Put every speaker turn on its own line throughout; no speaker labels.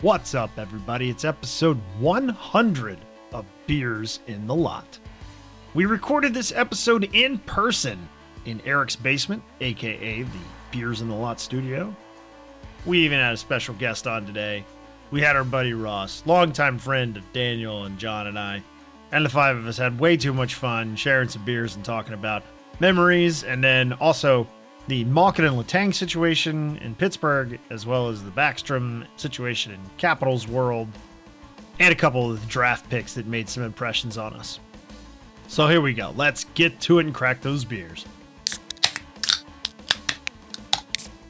What's up, everybody? It's episode 100 of Beers in the Lot. We recorded this episode in person in Eric's basement, aka the Beers in the Lot studio. We even had a special guest on today. We had our buddy Ross, longtime friend of Daniel and John and I. And the five of us had way too much fun sharing some beers and talking about memories and then also the Malkin and Latang situation in Pittsburgh, as well as the Backstrom situation in Capitals world, and a couple of draft picks that made some impressions on us. So here we go. Let's get to it and crack those beers.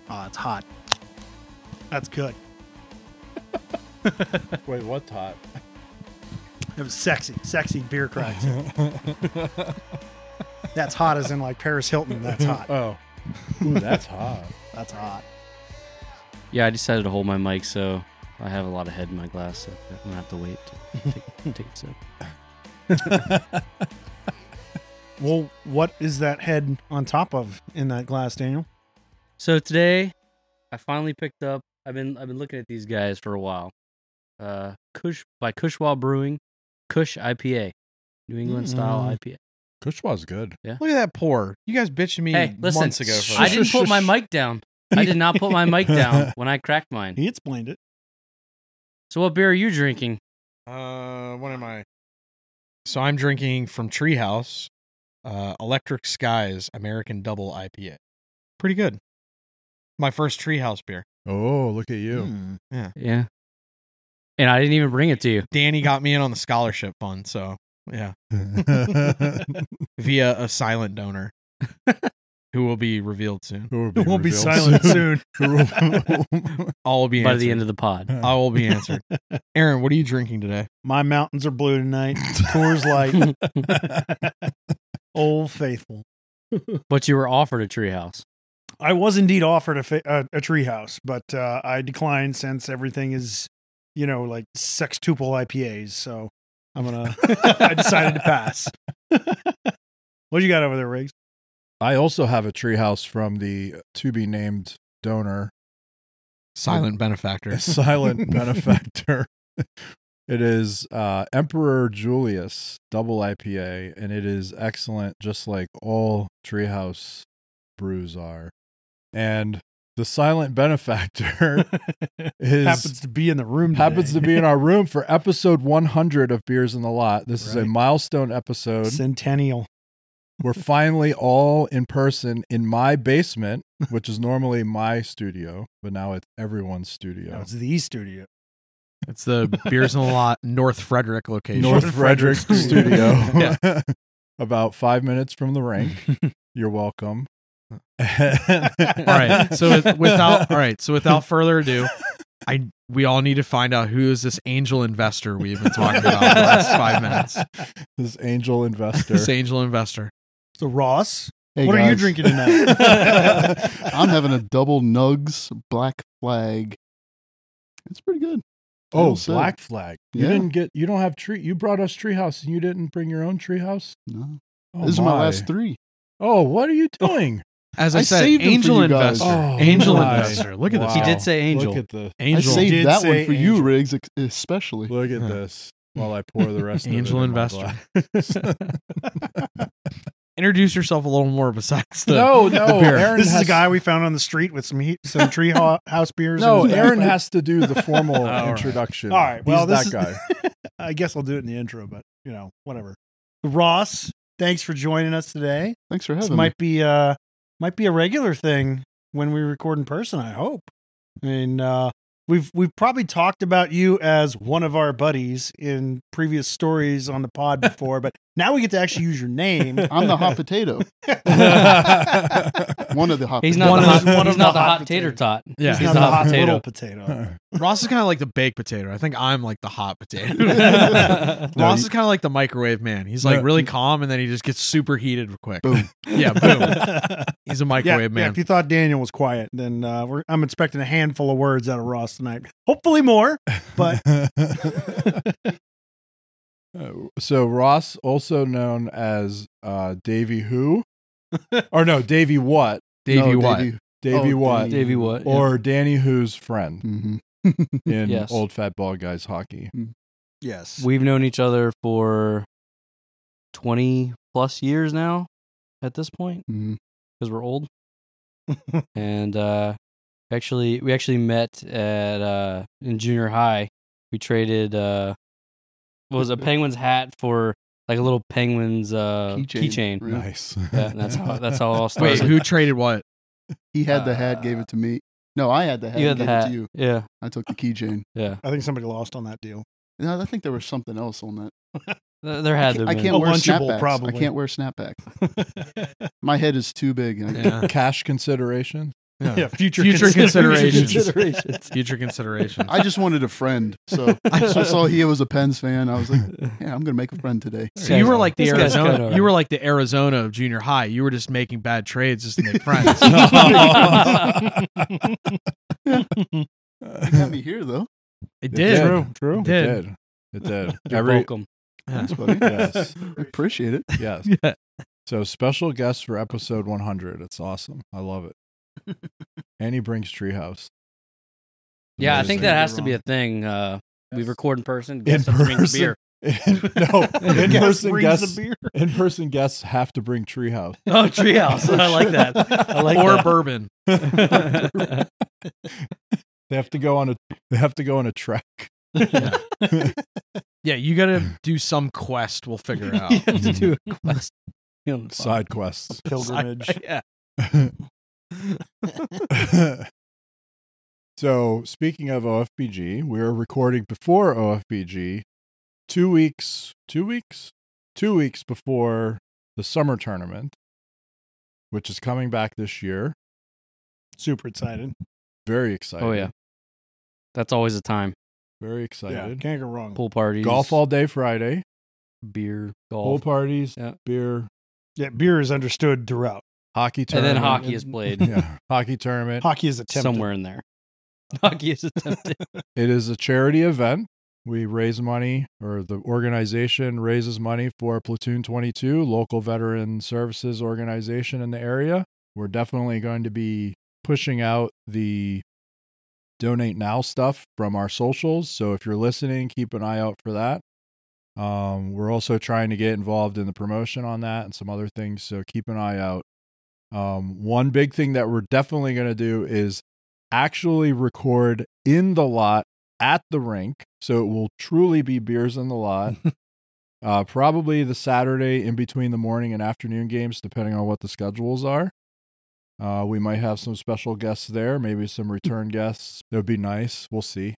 Oh, it's hot.
That's good.
Wait, what's hot?
It was sexy, sexy beer cracks. that's hot as in like Paris Hilton. That's hot.
Oh, Ooh, that's hot.
That's hot.
Yeah, I decided to hold my mic, so I have a lot of head in my glass. So I'm gonna have to wait to take, take it. So
Well, what is that head on top of in that glass, Daniel?
So today, I finally picked up. I've been I've been looking at these guys for a while. Uh, Kush by Kushwa Brewing, Kush IPA, New England
Mm.
style IPA.
Kushwa's good.
Yeah.
Look at that pour. You guys bitching me
Hey, listen,
months ago. For
I
that.
didn't put my mic down. I did not put my mic down when I cracked mine.
He explained it.
So what beer are you drinking?
Uh, what am I? So I'm drinking from Treehouse, uh, Electric Skies American Double IPA. Pretty good. My first Treehouse beer.
Oh, look at you.
Hmm.
Yeah. And I didn't even bring it to you.
Danny got me in on the scholarship fund, so yeah, via a silent donor, who will be revealed soon.
Who will
It won't be
revealed
silent soon.
All will be
By
answered.
the end of the pod,
I will be answered. Aaron, what are you drinking today?
My mountains are blue tonight. Coors Light. Old Faithful.
but you were offered a treehouse.
I was indeed offered a, fa- a, a treehouse, but uh, I declined since everything is, you know, like sextuple IPAs. So I'm gonna. I decided to pass. what you got over there, Riggs?
I also have a treehouse from the to be named donor,
Silent benefactor.
a silent benefactor. It is uh, Emperor Julius Double IPA, and it is excellent, just like all treehouse brews are. And the silent benefactor is
happens to be in the room.
happens to
today.
be in our room for episode 100 of Beers in the Lot. This is a
Right.
milestone episode.
centennial.
we're finally all in person in my basement, which is normally my studio, but now it's everyone's
No,
studio.
it's the E studio.
It's the Beers in the Lot North Frederick location.
North Frederick Studio,
Yeah.
about five minutes from the rink. You're welcome. all
all right. So with- without all right. So without further ado, I we all need to find out who is this angel investor we've been talking about the last five minutes.
This angel investor.
This angel investor.
So Ross,
Hey,
what are you
guys.
drinking tonight?
I'm having a double nugs black flag. It's pretty good.
oh,
Little sip.
Black Flag. You
Yeah.
didn't get. You don't have tree. You brought us treehouse, and you didn't bring your own treehouse.
No.
Oh,
this is my last three.
Oh, what are you doing?
As I,
I
said,
saved them for
angel
you guys.
investor.
Oh,
angel
my.
investor. Look at this.
He
Wow.
did say angel.
Look at the
Angel.
I saved
Did
that
say
one for you,
angel.
Riggs, ex- especially.
Look at
Huh.
this while I pour the rest.
Angel
of it in my
investor.
glass.
Introduce yourself a little more besides the
no, no,
beer.
Aaron
this is
has,
a guy we found on the street with some heat, some tree ho- house beers.
No,
in his
Aaron
backpack.
has to do the formal
right.
introduction.
All right, well, this
He's that guy.
I guess I'll do it in the intro, but you know, whatever. Ross, thanks for joining us today.
Thanks for
This
having me.
might be uh might be a regular thing when we record in person, I hope. I mean, uh we've we've probably talked about you as one of our buddies in previous stories on the pod before, but Now we get to actually use your name.
I'm the hot potato. One of the hot.
He's
potatoes.
not
One
the
of
hot,
the- one
he's
of
not
the
the
hot
hot tater
potato.
tot.
Yeah.
he's the hot potato.
little potato.
no,
Ross is kind of like the baked potato. I think I'm like the hot potato.
yeah,
Ross
you-
is kind of like the microwave man. He's like
No.
really calm and then he just gets super heated quick.
Boom.
Yeah, boom. He's a
Yeah,
microwave
yeah,
man.
if you thought Daniel was quiet, then uh, we're, I'm expecting a handful of words out of Ross tonight. Hopefully more. But
Uh, so Ross, also known as uh, Davy Who, or no Davy What,
Davey
No,
White.
Davey.
Davy
Oh,
What,
Davey.
Davey what? yeah.
or Danny Who's friend
Mhm.
in
Yes.
old fat bald guys hockey.
yes,
We've known each other for 20 plus years now at this point
Mhm.
because we're old. and uh, actually, we actually met at uh, in junior high. We traded uh, what was a penguin's hat for like a little penguin's uh,
Keychain.
keychain.
Really?
Nice.
Yeah, and that's how that's how it all started.
Wait, who traded what?
He had the hat, gave
Uh.
it to me. No, I had the hat.
you had
and
the
gave it
hat?
to you.
Yeah,
I took the keychain.
yeah.
I think somebody lost on that deal.
No, I think there was something else on that.
Th- There
I
had to. have
can't, I
been.
can't
A
wear
Lunchable,
snapbacks.
probably.
I can't wear snapback. My head is too big. I-
Yeah.
Cash consideration.
Yeah.
Yeah, future,
Future
considerations.
considerations. Future considerations.
I just wanted a friend. So I just saw he was a Pens fan. I was like, yeah, I'm going to make a friend today.
So you were like the
This guy's got
Arizona.
over.
You were like the Arizona of junior high. You were just making bad trades just to make friends.
You got me here, though.
It
did.
did.
True.
It
It
did.
did. It did.
You're
Every
welcome.
Thanks, buddy.
yes,
I appreciate it.
yes.
Yeah.
So special guest for episode 100. It's awesome. I love it. and he brings Treehouse.
Yeah, I
Amazing.
think that has to be a thing. Uh, We record in person. Guests
In
have to bring
person.
beer.
no, in person
brings
guests.
a beer.
In person guests have to bring Treehouse.
Oh, treehouse. I like that. I like
or
that.
bourbon.
They have to go on a. They have to go on a track.
Yeah, you gotta do some quest. We'll figure out.
You have to do a quest. You know,
Side quests.
Pilgrimage.
yeah.
so speaking of OFBG, we are recording before OFBG, two weeks, two weeks, two weeks before the summer tournament, which is coming back this year.
Super excited.
Very excited.
Oh yeah, that's always a time.
Very
Yeah,
excited.
can't go wrong.
Pool parties,
Golf all day Friday.
beer,
Pool
golf,
parties,
Yeah.
beer,
Yeah, beer is understood throughout.
hockey
and then
tournament.
hockey is played
Yeah, hockey tournament.
Hockey is attempted.
somewhere in there. Hockey is attempted.
It is a charity event. We raise money, or the organization raises money for Platoon 22, local veteran services organization in the area. We're definitely going to be pushing out the donate now stuff from our socials. So if you're listening, keep an eye out for that. Um, we're also trying to get involved in the promotion on that and some other things. So keep an eye out. Um, one big thing that we're definitely going to do is actually record in the lot at the rink. So it will truly be beers in the lot. uh, probably the Saturday in between the morning and afternoon games, depending on what the schedules are. Uh, we might have some special guests there, maybe some return guests. That would be nice. We'll see.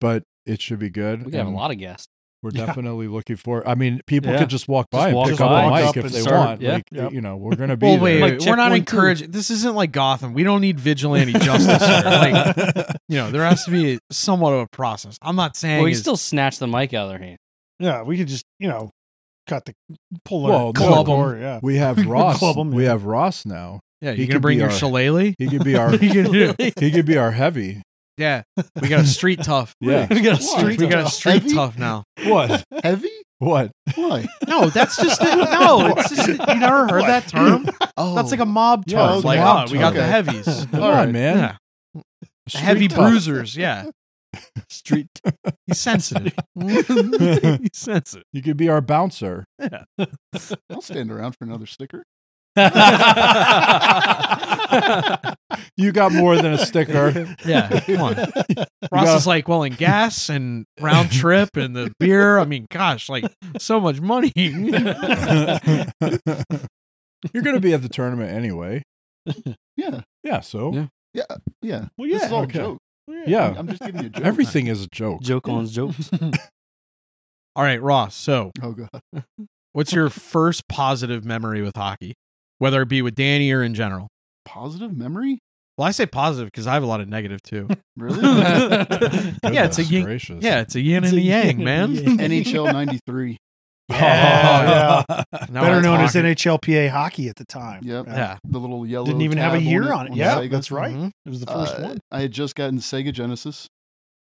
But it should be good.
We could have a
and
lot of guests.
We're
Yeah.
definitely looking for. I mean, people
Yeah.
could just walk by
Just
and
walk
pick
by.
up
Walk
a
up
mic if
and
they
start.
want.
Yeah.
Like,
Yep.
you know, we're gonna be
Well, wait.
there.
Like,
we're
check
not
one, two.
encouraging. This isn't like Gotham. We don't need vigilante justice here. Like, you know, there has to be somewhat of a process. I'm not saying.
Well, we
it's-
still snatch the mic out of their hand.
Yeah, we could just you know cut the pull
Well,
well,
club 'em.
door. Yeah,
we have Ross.
Club 'em,
We
yeah.
have Ross now.
yeah,
he
you gonna
could
bring
be
your
our-
shillelagh?
He could be our.
You could-
he could be our heavy.
yeah, we got a street tough.
Yeah.
we got a
Why?
street.
We got a street
Heavy?
tough now.
What?
Heavy?
What?
Why?
No, that's just no. It's just you never heard that term.
Oh,
That's like a mob term.
Yeah,
it's a
like,
mob
oh, we got
term.
the heavies.
Come
All
on,
right.
man.
Yeah.
Street
Heavy
tough.
bruisers. Yeah,
street.
he's sensitive. he's sensitive.
You could be our bouncer.
I'll stand around for another sticker.
You got more than a sticker.
Yeah, come on. Ross
Yeah.
is like, well, in gas and round trip and the beer. I mean, gosh, like so much money.
You're going to be at the tournament anyway.
Yeah.
Yeah, so.
Yeah.
Yeah.
Well,
this is all
okay.
a joke.
Oh,
Yeah.
I'm just giving you a joke.
Everything is a joke.
Joke on jokes.
All right, Ross. So
Oh, God.
What's your first positive memory with hockey, whether it be with Danny or in general?
Positive memory?
Well, I say positive because I have a lot of negative too.
Really?
yeah, it's a
Goodness
yin.
gracious.
Yeah, it's a yin
It's
and
a
a yang,
yin and a
man. Oh,
yang.
NHL 93.
Yeah,
Now
Better
we're
known as
talking.
NHLPA hockey at the time.
Yep.
Yeah.
The little yellow.
Didn't even have a
tab
year
on
on
it.
it. Yeah,
Sega.
that's right.
Mhm.
It was the first
Uh,
one.
I had just gotten Sega Genesis.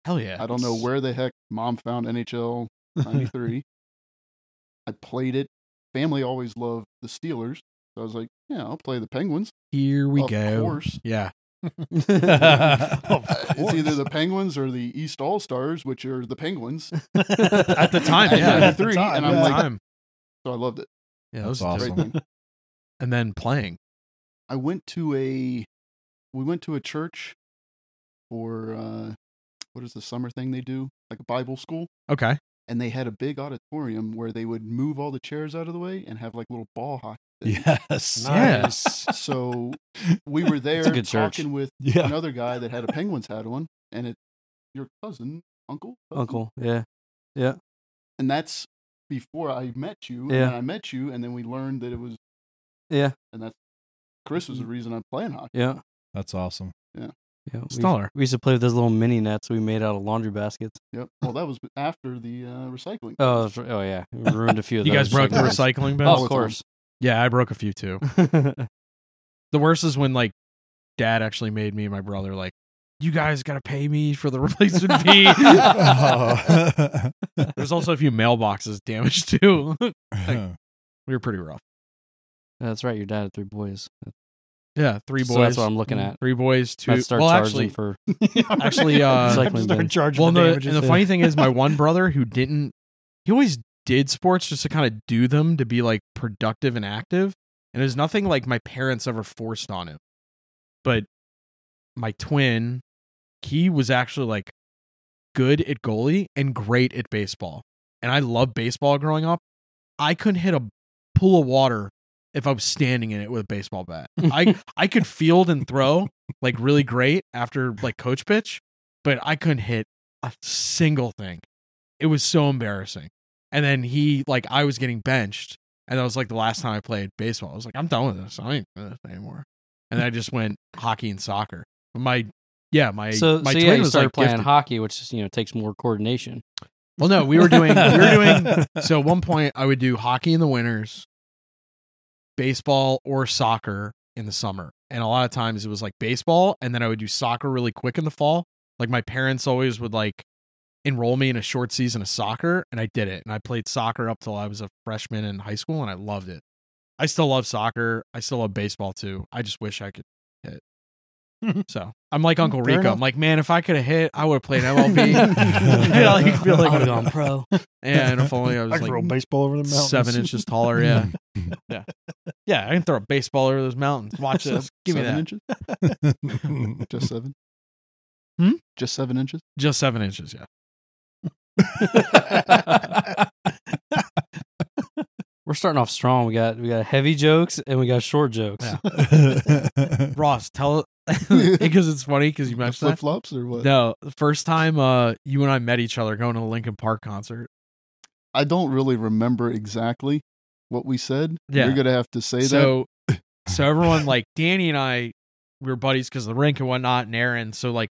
Hell yeah!
I don't know where the heck mom found NHL 93. I played it. Family always loved the Steelers. So I was like, yeah, I'll play the Penguins.
Here we
of
go.
course. Oh,
Yeah.
Uh, it's either the Penguins or the East All Stars, which are the Penguins.
At the time,
At
yeah.
At the
93,
time,
and
At
I'm
the
yeah.
like,
time.
so I loved it.
Yeah,
That's
those
awesome.
awesome.
Great thing.
And then playing.
I went to a we went to a church for uh what is the summer thing they do? Like a Bible school.
Okay.
And they had a big auditorium where they would move all the chairs out of the way and have like little ball hockey. thing.
Yes.
Nice.
So we were there
good church.
talking with
Yeah.
another guy that had a penguins hat on and it your cousin, uncle? cousin?
Uncle. Yeah.
And that's before I met you. And
Yeah.
then I met you and then we learned that it was
Yeah.
and that's Chris was the
Mm-hmm.
reason I'm playing hockey.
Yeah.
That's awesome.
Yeah, we-
Stellar.
We used to play with those little mini nets we made out of laundry baskets.
Yep. Well that was after the uh recycling.
Oh, that's right. oh yeah, we ruined a few of
You
those.
guys broke the
sometimes.
recycling bin?
Oh, of course.
Yeah, I broke a few too. The worst is when like dad actually made me and my brother like, you guys gotta pay me for the replacement fee.
Oh.
There's also a few mailboxes damaged too. we were pretty rough.
that's right. Your dad had three boys.
Yeah, three boys.
So that's what I'm looking at.
Three boys, two.
I'd start
well,
charging
actually,
for.
actually, uh,
Recycling
Just start
bin.
charging
well, and
for
the,
damages,
and the
yeah.
funny thing is, my one brother who didn't, he always did sports just to kind of do them to be like productive and active. And there's nothing like my parents ever forced on him. But my twin, he was actually like good at goalie and great at baseball. And I loved baseball growing up. I couldn't hit a pool of water if I was standing in it with a baseball bat. I I could field and throw like really great after like coach pitch, but I couldn't hit a single thing. It was so embarrassing. And then he like I was getting benched, and that was like the last time I played baseball. I was like, I'm done with this. I ain't doing this anymore. And I just went hockey and soccer. But my yeah, my
so,
my
so
twin
yeah, you
was
started
like
playing
gifted.
hockey, which is, you know takes more coordination.
Well, no, we were doing we were doing so at one point I would do hockey in the winters, baseball or soccer in the summer. And a lot of times it was like baseball and then I would do soccer really quick in the fall. Like my parents always would like enroll me in a short season of soccer and I did it. And I played soccer up till I was a freshman in high school and I loved it. I still love soccer. I still love baseball too. I just wish I could hit. So I'm like Uncle
Fair
Rico.
enough.
I'm like, man, if I could have hit, I would have played MLB. I like feel
I would
like
have gone pro.
and if only I
I
was
could throw a
like
baseball over the mountain.
seven inches taller. Yeah, yeah, yeah. I can throw a baseball over those mountains. Watch this. Give me
seven
that.
inches? Just seven?
Hmm?
Just seven inches?
Just seven inches. Yeah.
We're starting off strong. We got we got heavy jokes and we got short jokes.
Yeah. Ross, tell because it's funny because you mentioned
Flip
that.
flops or what?
No, the first time uh, you and I met each other going to the Lincoln Park concert.
I don't really remember exactly what we said.
Yeah.
You're gonna have to say that.
so so everyone like Danny and I we were buddies because the rink and whatnot and Aaron so like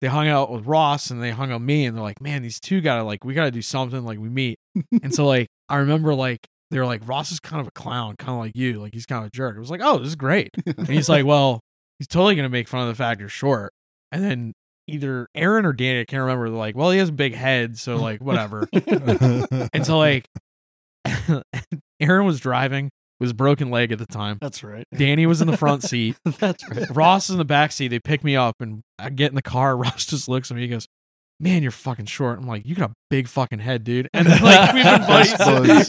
they hung out with Ross and they hung out me and they're like man these two gotta like we gotta do something like we meet and so like I remember like they were like Ross is kind of a clown kind of like you like he's kind of a jerk I was like oh this is great and he's like well he's totally gonna make fun of the fact you're short and then either Aaron or Danny I can't remember they're like well he has a big head so like whatever and so like Aaron was driving with his broken leg at the time.
That's right.
Danny was in the front seat.
That's right.
Ross is in the back seat. They pick me up and I get in the car. Ross just looks at me. He goes, Man, you're fucking short. I'm like, You got a big fucking head, dude. And then, like, we've been buddies.
Best buds.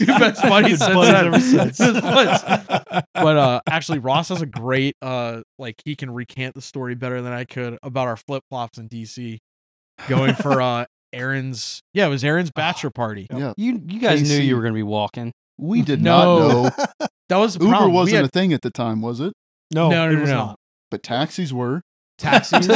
We've been buddies
Best
since
buds
then.
ever since.
Best buds. But uh, actually, Ross has a great, uh, like, he can recant the story better than I could about our flip flops in DC going for uh, Aaron's, yeah, it was Aaron's bachelor party.
yeah.
You you guys knew
KC.
you were going to be walking.
We did
No.
not know.
That was the
Uber
problem. We
wasn't
had-
a thing at the time, was it?
No,
No, no,
it
no,
was
no.
not.
But taxis were.
Taxis.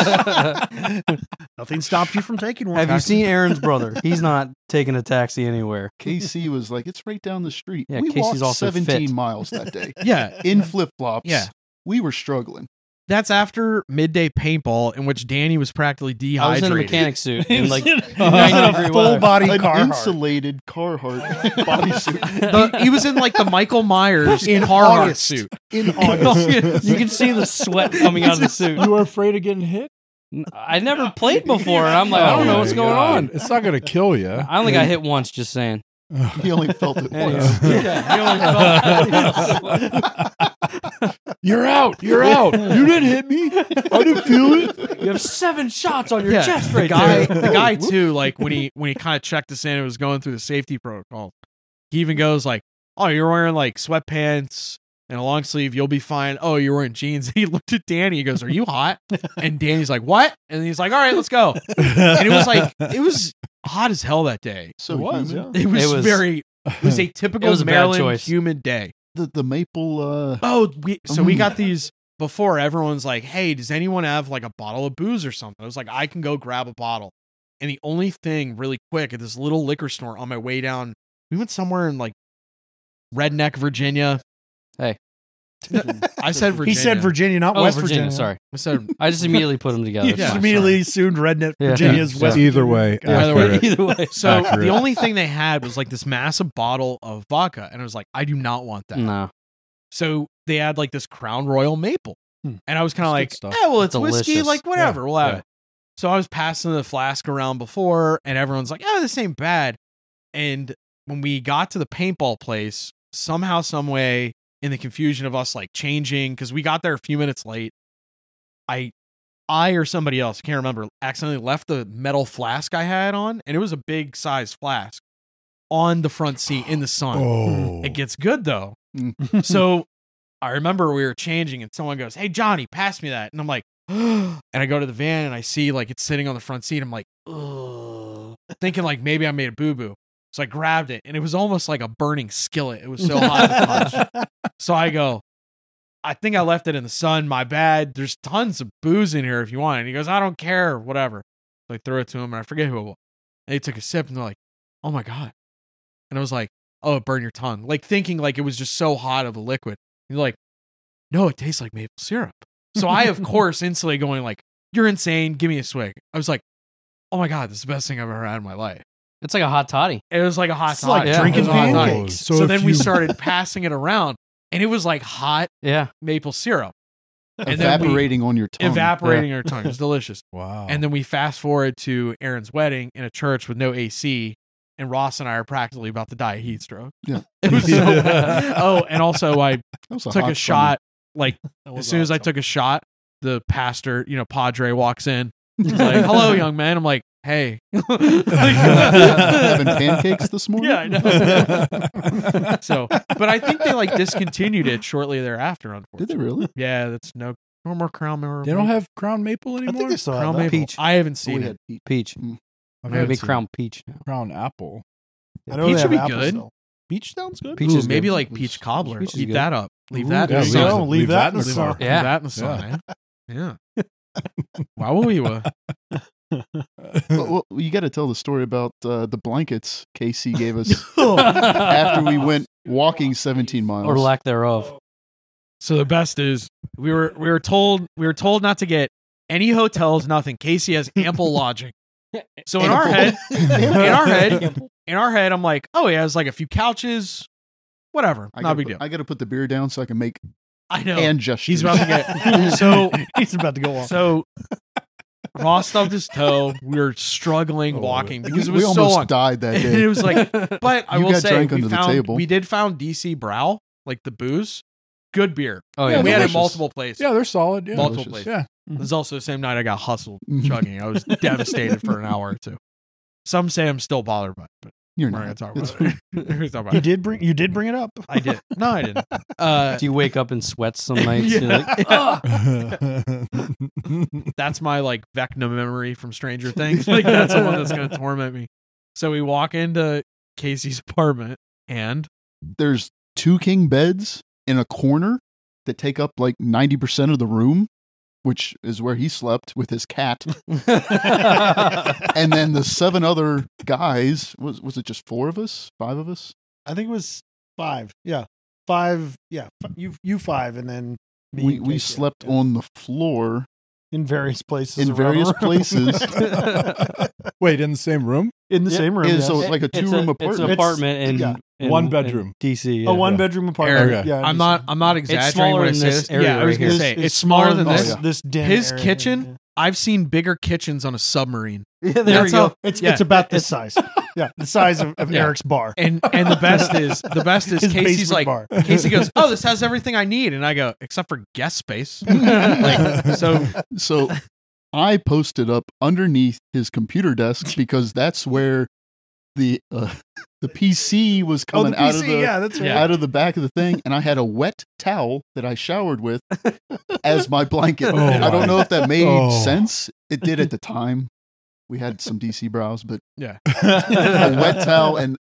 Nothing stopped you from taking one.
Have you seen Aaron's brother? He's not taking a taxi anywhere.
KC was like, it's right down the street.
Yeah,
we
Casey's
walked
also
17
fit.
miles that day
yeah.
in flip flops.
Yeah.
We were struggling.
That's after midday paintball, in which Danny was practically
I was in
dehydrated.
a mechanic suit
He
in
was
like
in a-
90 degree
Full
weather.
body
An
Carhartt.
insulated Carhartt bodysuit.
The- he was in like the Michael Myers
In
in Carhartt
August.
suit.
In
August.
You can see the sweat coming out of the suit.
You were afraid of getting hit?
I never played before, and I'm like, I don't know
Oh
what's
my
going
God.
on.
It's not going to kill you.
I only got hit once, just saying.
He only felt it once.
Anyways, yeah, you only felt-
You're out. You're out. You didn't hit me. I didn't feel it.
you have seven shots on your
Yeah,
chest
the
right
guy,
there.
the guy too. Like when he when he kind of checked us in, it was going through the safety protocol. He even goes like, "Oh, you're wearing like sweatpants and a long sleeve. You'll be fine. Oh, you're wearing jeans." he looked at Danny. He goes, "Are you hot?" And Danny's like, "What?" And he's like, "All right, let's go." And it was like it was hot as hell that day.
So
was,
humid.
It was,
was-
very. It was a typical
It was a bad
Maryland
choice.
humid day.
The, the maple, uh,
Oh, we, so we
Mm-hmm.
Mm.
got these before everyone's like, hey, does anyone have like a bottle of booze or something? I was like, I can go grab a bottle. And the only thing really quick at this little liquor store on my way down, we went somewhere in like redneck Virginia.
Hey.
I said
He
Virginia.
said Virginia, not
Oh,
West
Virginia, sorry.
I said,
I just immediately put them together.
You
It's
just
fine,
immediately assumed redneck
Yeah.
Virginia's
Yeah.
West.
Either way.
Either way.
sorry.
accurate.
Either way.
so
Accurate.
the only thing they had was like this massive bottle of vodka. And I was like, I do not want that.
No.
So they had like this Crown Royal maple.
Hmm.
And I was kind of
That's
like,
good
yeah,
stuff.
well, it's whiskey,
Delicious.
like whatever, we'll have
yeah.
it. So I was passing the flask around before, and everyone's like, oh, this ain't bad. And when we got to the paintball place, somehow, some way, in the confusion of us like changing, because we got there a few minutes late, I, I or somebody else, I can't remember, accidentally left the metal flask I had on, and it was a big size flask on the front seat in the sun.
Oh.
It gets good though. so I remember we were changing and someone goes, Hey Johnny, pass me that. And I'm like, and I go to the van and I see like it's sitting on the front seat. I'm like, Ugh. thinking like maybe I made a boo boo. So I grabbed it and it was almost like a burning skillet. It was so hot. to the touch. So I go, I think I left it in the sun. My bad. There's tons of booze in here if you want. And he goes, I don't care, whatever. So I throw it to him and I forget who it was. And he took a sip and they're like, oh my God. And I was like, oh, it burned your tongue. Like thinking like it was just so hot of a liquid. And they're like, no, it tastes like maple syrup. So I, of course, instantly going like, you're insane. Give me a swig. I was like, oh my God, this is the best thing I've ever had in my life.
It's like a hot toddy.
It was like a hot
It's like
toddy.
Yeah.
drinking
It was a hot toddy.
pancake.
pancakes.
So
So
if
then we
you-
started passing it around and it was like hot
Yeah.
maple syrup and then we-
evaporating on your tongue.
evaporating in our tongue. It was delicious.
Wow.
And then we fast forward to Aaron's wedding in a church with no AC, and Ross and I are practically about to die of heat stroke.
Yeah.
It was so
Yeah.
bad. Oh, and also I
That was
took
hot
a shot. Like as soon as I took a shot, the pastor, you know, Padre walks in. He's like, "Hello, young man." I'm like, "Hey."
having
Like-
pancakes this morning.
Yeah, I know. so, but I think they like discontinued it shortly thereafter.
Did
Unfortunately,
they really?
yeah, that's no no more crown member.
They don't have crown maple anymore?
think they still have
crown
that.
maple.
Peach.
I haven't
Oh,
seen
we
it.
had peach.
Peach.
I've
Maybe
never seen
crown peach now.
crown apple.
I know
Peach
they
would
have
be
apples,
good.
though.
Peach sounds good.
Peach
Ooh,
is
maybe
good.
like peach cobbler.
Peach is
Leave
good.
that up. Leave
Ooh,
that.
there
in
we
the
go.
sun.
Leave that in the
Leave
sun.
it- leave
Yeah.
that in the sun. Yeah. yeah. Why would we? Uh,
But, well, you got to tell the story about uh, the blankets KC gave us after we went walking 17 miles.
Or lack thereof.
so the best is we were we were told we were told not to get any hotels. Nothing. Casey has ample lodging. So in our head, in our head, in our head, I'm like, oh, he has like a few couches, whatever,
I
not
gotta
big
put-
deal.
I got to put the beer down so I can make
I know.
hand gestures.
He's about to get so
He's about to go off.
so. Ross stubbed his toe. We were struggling
Oh,
walking
We,
because it
we
was so
almost
on.
died that
And it
day.
was like, but I
You
will
got
say
drank
we
under the
found
table.
we did found DC Brow like the booze, good beer.
Oh,
Yeah,
yeah.
we had it
delicious.
multiple places.
yeah, they're solid. Yeah.
multiple
delicious.
places.
Yeah.
It was also the same night I got hustled
Mm-hmm.
chugging. I was devastated for an hour or two. Some say I'm still bothered by, it, but
You're
we're not gonna
not.
talk
It's
about it. We're gonna talk about
You
it.
did bring you did bring it up.
I did. No, I didn't. Uh,
Do you wake up in sweats some nights? You're
yeah.
like,
that's my like Vecna memory from Stranger Things. Like that's the one that's gonna torment me. So we walk into Casey's apartment and
there's two king beds in a corner that take up like 90% of the room which is where he slept with his cat. and then the seven other guys was was it just four of us, five of us?
I think it was five. Yeah, five. Yeah, f- you you five, and then me
We
and
we
Casey.
slept
Yeah.
on the floor
in various places.
in
around the
various
room.
places.
Wait, in the same room?
in the
Yeah.
same room.
Yeah,
yes.
so it's like a
It's It's
two-room apartment.
an
It's-
apartment in,
yeah.
in-
One
in
bedroom.
DC. yeah.
a one bedroom apartment.
Eric,
yeah,
I'm not. I'm not exaggerating
smaller
when I
in
say
this
this.
area
yeah, I was
right
gonna
here.
say it's, smaller than
oh,
this.
yeah.
This den
His
area,
kitchen?
yeah.
I've seen bigger kitchens on a submarine.
Yeah, there we
That's
go.
how-
It's
Yeah.
it's about this size. Yeah, the size of, of
Yeah.
Eric's bar.
And and the best is the best is
His
Casey's
basement
like
bar.
Casey goes, "Oh, this has everything I need," and I go, "Except for guest space." like, so
So I posted up underneath his computer desk because that's where the uh, the PC was
Oh,
coming
the
out of
PC.
the
yeah, that's right.
Yeah.
out of the back of the thing, and I had a wet towel that I showered with as my blanket.
Oh,
I
my.
don't know if that made
Oh.
sense. It did at the time. We had some DC brows, but a
a
wet towel, and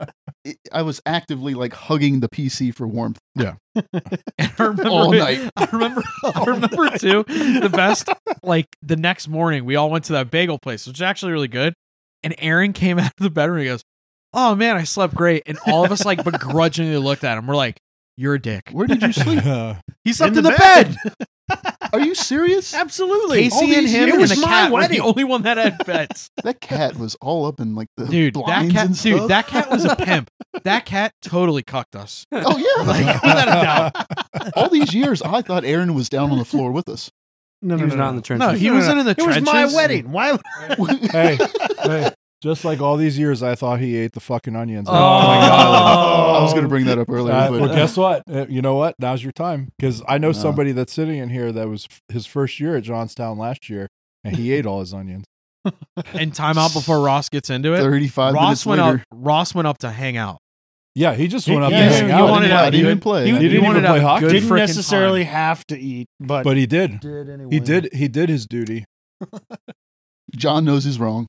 it, I was actively like hugging the PC for warmth.
And I remember
All
it-
night.
I remember. I remember too. The best, like the next morning, we all went to that bagel place, which is actually really good. And Aaron came out of the bedroom. and He goes, "Oh man, I slept great." And all of us like begrudgingly looked at him. We're like, "You're a dick."
Where did you sleep?
He slept in,
the
the, bed.
Are you serious?
Absolutely. All
Casey
these
and him
years-
and
It was
the
my
cat were the
wedding.
only one that had beds.
That cat was all up in like the
Dude, that
blinds
cat.
and stuff.
Dude, that cat was a pimp. That cat totally cucked us.
Oh yeah,
Like without a doubt.
all these years, I thought Aaron was down on the floor with us.
No,
He
no,
was
no, no.
not in the
No,
trenches.
he wasn't in the
It was
trenches.
my wedding. Why?
Oh
hey, hey, just like all these years, I thought he ate the fucking onions.
Oh, my God.
I was going to bring that up earlier,
Uh,
but
well, guess what? Uh, you know what? Now's your time because I know
No.
somebody that's sitting in here that was f- his first year at Johnstown last year, and he ate all his onions.
And time out before Ross gets into it.
thirty-five
Ross
minutes
went
later,
up. Ross went up to hang out.
Yeah, he just
He-
went up
yeah,
to
he-
hang
he
out.
wanted
He
out.
I didn't
dude.
even play.
He
I
didn't
he
even
wanted
play
a
hockey.
good
Didn't
frickin'
necessarily
time.
have to eat, but,
but he did.
did anyway.
He did. He did his duty.
John knows he's wrong.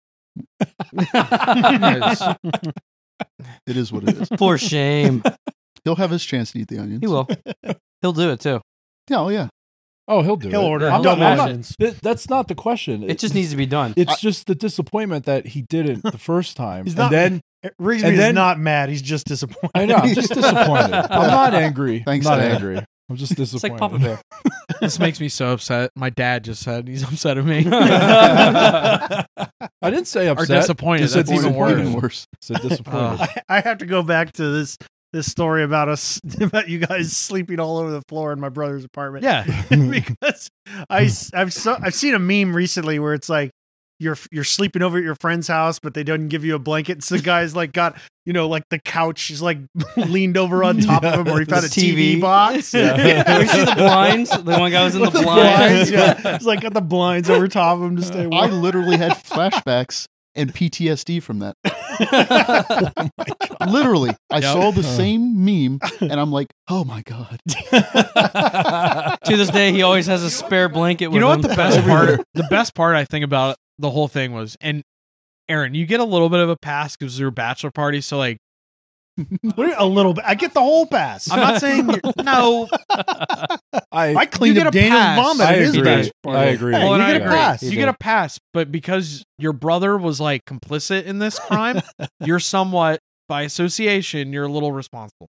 Yes.
It is what it is.
For shame.
He'll have his chance to eat the onions.
He will. He'll do it too.
Yeah, oh, yeah.
Oh, he'll do
He'll
it.
order
I'm not-
double
I'm not-
onions.
th- that's not the question.
It just needs to be done.
It's just the disappointment that he didn't the first time.
He's
and
not-
then
Rigsby
And
is
then-
not mad. He's just disappointed.
I know I'm just disappointed. I'm not angry.
Thanks,
I'm not
Dad.
angry. I'm just disappointed.
It's like Papa Bear.
this makes me so upset. My dad just said he's upset at me.
I didn't say
or
upset.
disappointed.
Just
That's
said
even worse.
disappointed.
Even worse.
said disappointed.
I, I have to go back to this this story about us about you guys sleeping all over the floor in my brother's apartment.
Yeah.
because I have so, I've seen a meme recently where it's like you're you're sleeping over at your friend's house, but they don't give you a blanket. So the guy's like got you know like the couch is like leaned over on top of him, or he found a TV, box.
Yeah. we see the blinds. The one guy was in the,
The blinds,
blinds.
yeah. It's like got the blinds over top of him to
Uh,
stay
I
warm.
literally had flashbacks and PTSD from that. Literally,
Oh
I
Yep. Uh.
saw the same meme, and I'm like, oh my god.
to this day, he always has a spare blanket. With
You know
him.
what the best part? The best part I think about the whole thing was, and Aaron, you get a little bit of a pass because we were bachelor party. So like,
We're a little bit. I get the whole pass.
I'm not saying you're- no.
I,
I cleaned
You get
up
a
Daniel's
pass.
vomit.
I
at his
agree.
bachelor
I
party.
agree.
Hey,
Well,
you
Oh, and I
get a
agree.
pass.
You get a pass, but because your brother was like complicit in this crime, you're somewhat by association, you're a little responsible.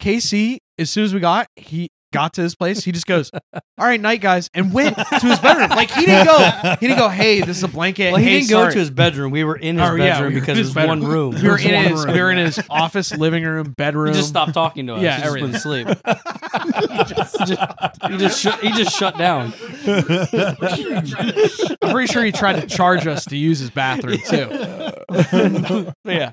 KC, as soon as we got, he got to his place. He just goes, "All right, night, guys," and went to his bedroom. Like he didn't go. He didn't go. Hey, this is a blanket.
Well, he
Hey,
didn't go
sorry."
to his bedroom. We were in his
Oh, yeah, we
bedroom
were in
because it
his
was
bedroom.
one room.
We were
There's
in
one
his.
room.
We were in his office, living room, bedroom.
He just stopped talking to us.
Yeah,
he just went to sleep. he just, he just, shut, he just shut down.
I'm pretty sure he tried to charge us to use his bathroom too. But yeah,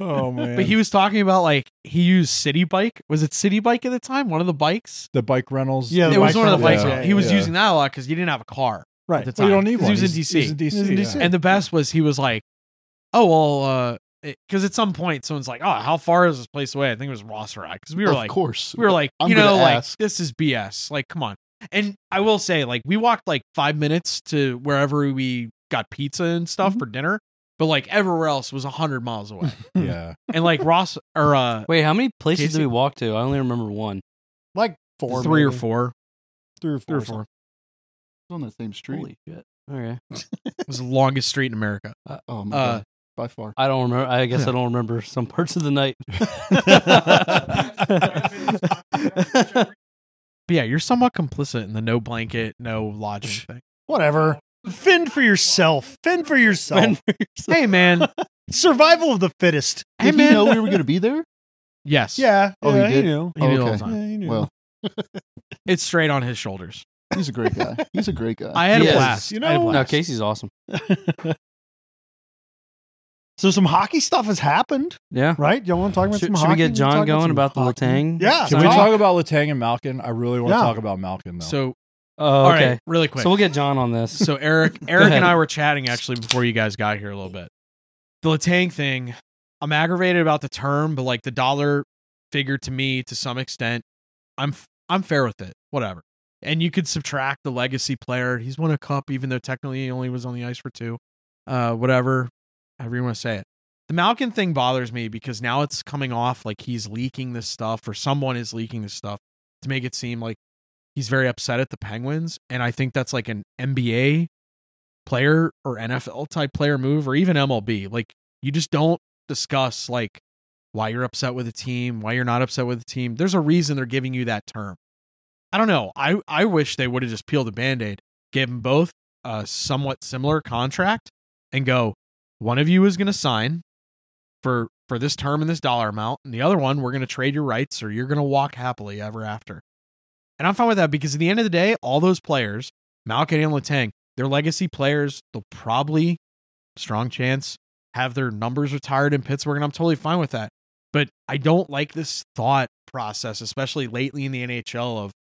oh man.
but he was talking about like he used City Bike. Was it City Bike at the time? One of the bikes.
the bike rentals.
Yeah,
it
the
was
bike
one of the bikes.
rentals. Yeah,
he was
yeah.
using that a lot because he didn't have a car.
Right.
at the
Well, you
time,
don't need
'cause
one.
He was in
He's-
DC.
He's in
He was in
DC.
DC.
yeah.
And the best was he was like, "Oh well," because at some point someone's like, "Oh, how far is this place away?" I think it was Rosserac because we were
of
like,
course.
we were like,
I'm
you know,
gonna
like
ask.
this is BS. Like, come on. And I will say, like, we walked like five minutes to wherever we got pizza and stuff for dinner, but like everywhere else was a hundred miles away.
Yeah.
and like Ross or uh,
Wait, how many places
Casey-
did we walk to? I only remember one.
Like four,
three or
maybe.
four,
three or
three
four,
or four.
was on that same street.
Holy shit. Okay.
It was the longest street in America.
oh my
uh,
god, by far.
I don't remember. I guess I don't remember some parts of the night.
But yeah, you're somewhat complicit in the no blanket, no lodging thing.
Whatever. Fend for yourself. Fend for yourself.
Hey man.
Survival of the fittest.
Did
hey
he know
man.
we were going to be there?
Yes.
Yeah.
Oh, he
yeah,
did?
knew.
He did
Oh,
all the
okay.
time.
Yeah, he knew.
Well,
It's straight on his shoulders.
he's a great guy. He's a great guy.
I had
Yes.
a blast.
You
I had a
know-
No,
blast.
Casey's awesome.
so some hockey stuff has happened,
Yeah.
right? Y'all want to talk about
Should,
some
should
hockey?
we get
can talk
John going
some
about the
hockey.
Latang?
Yeah,
Can we
Talk.
talk about Latang and Malkin? I really want to
Yeah.
talk about Malkin though.
So
Oh,
all
okay.
right, really quick.
So we'll get John on this.
So Eric, Eric
ahead.
and I were chatting actually before you guys got here a little bit. The Latang thing, I'm aggravated about the term, but like the dollar figure to me to some extent, I'm f- I'm fair with it. Whatever. And you could subtract the legacy player. He's won a cup, even though technically he only was on the ice for two. Uh, whatever. However you want to say it. The Malkin thing bothers me because now it's coming off like he's leaking this stuff or someone is leaking this stuff to make it seem like he's very upset at the Penguins. And I think that's like an NBA player or NFL type player move or even MLB. Like you just don't discuss like why you're upset with a team, why you're not upset with a team. There's a reason they're giving you that term. I don't know. I I wish they would have just peeled the band-aid, gave them both a somewhat similar contract and go one of you is going to sign for for this term and this dollar amount and the other one we're going to trade your rights or you're going to walk happily ever after. And I'm fine with that because at the end of the day, all those players, Malkin and Latang, their legacy players, they'll probably, strong chance, have their numbers retired in Pittsburgh, and I'm totally fine with that. But I don't like this thought process, especially lately in the NHL of,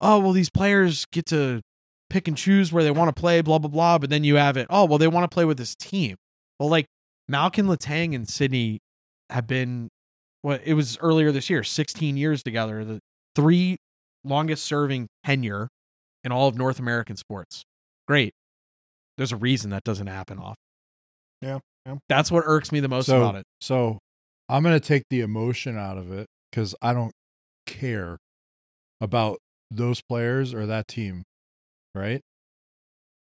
oh, well, these players get to pick and choose where they want to play, blah, blah, blah. But then you have it, oh, well, they want to play with this team. Well, like Malkin, Latang, and Sydney have been, what it was earlier this year, 16 years together, the three longest serving tenure in all of North American sports great. There's a reason that doesn't happen often.
Yeah, yeah.
That's what irks me the most
so,
about it.
So I'm going to take the emotion out of it because I don't care about those players or that team, right?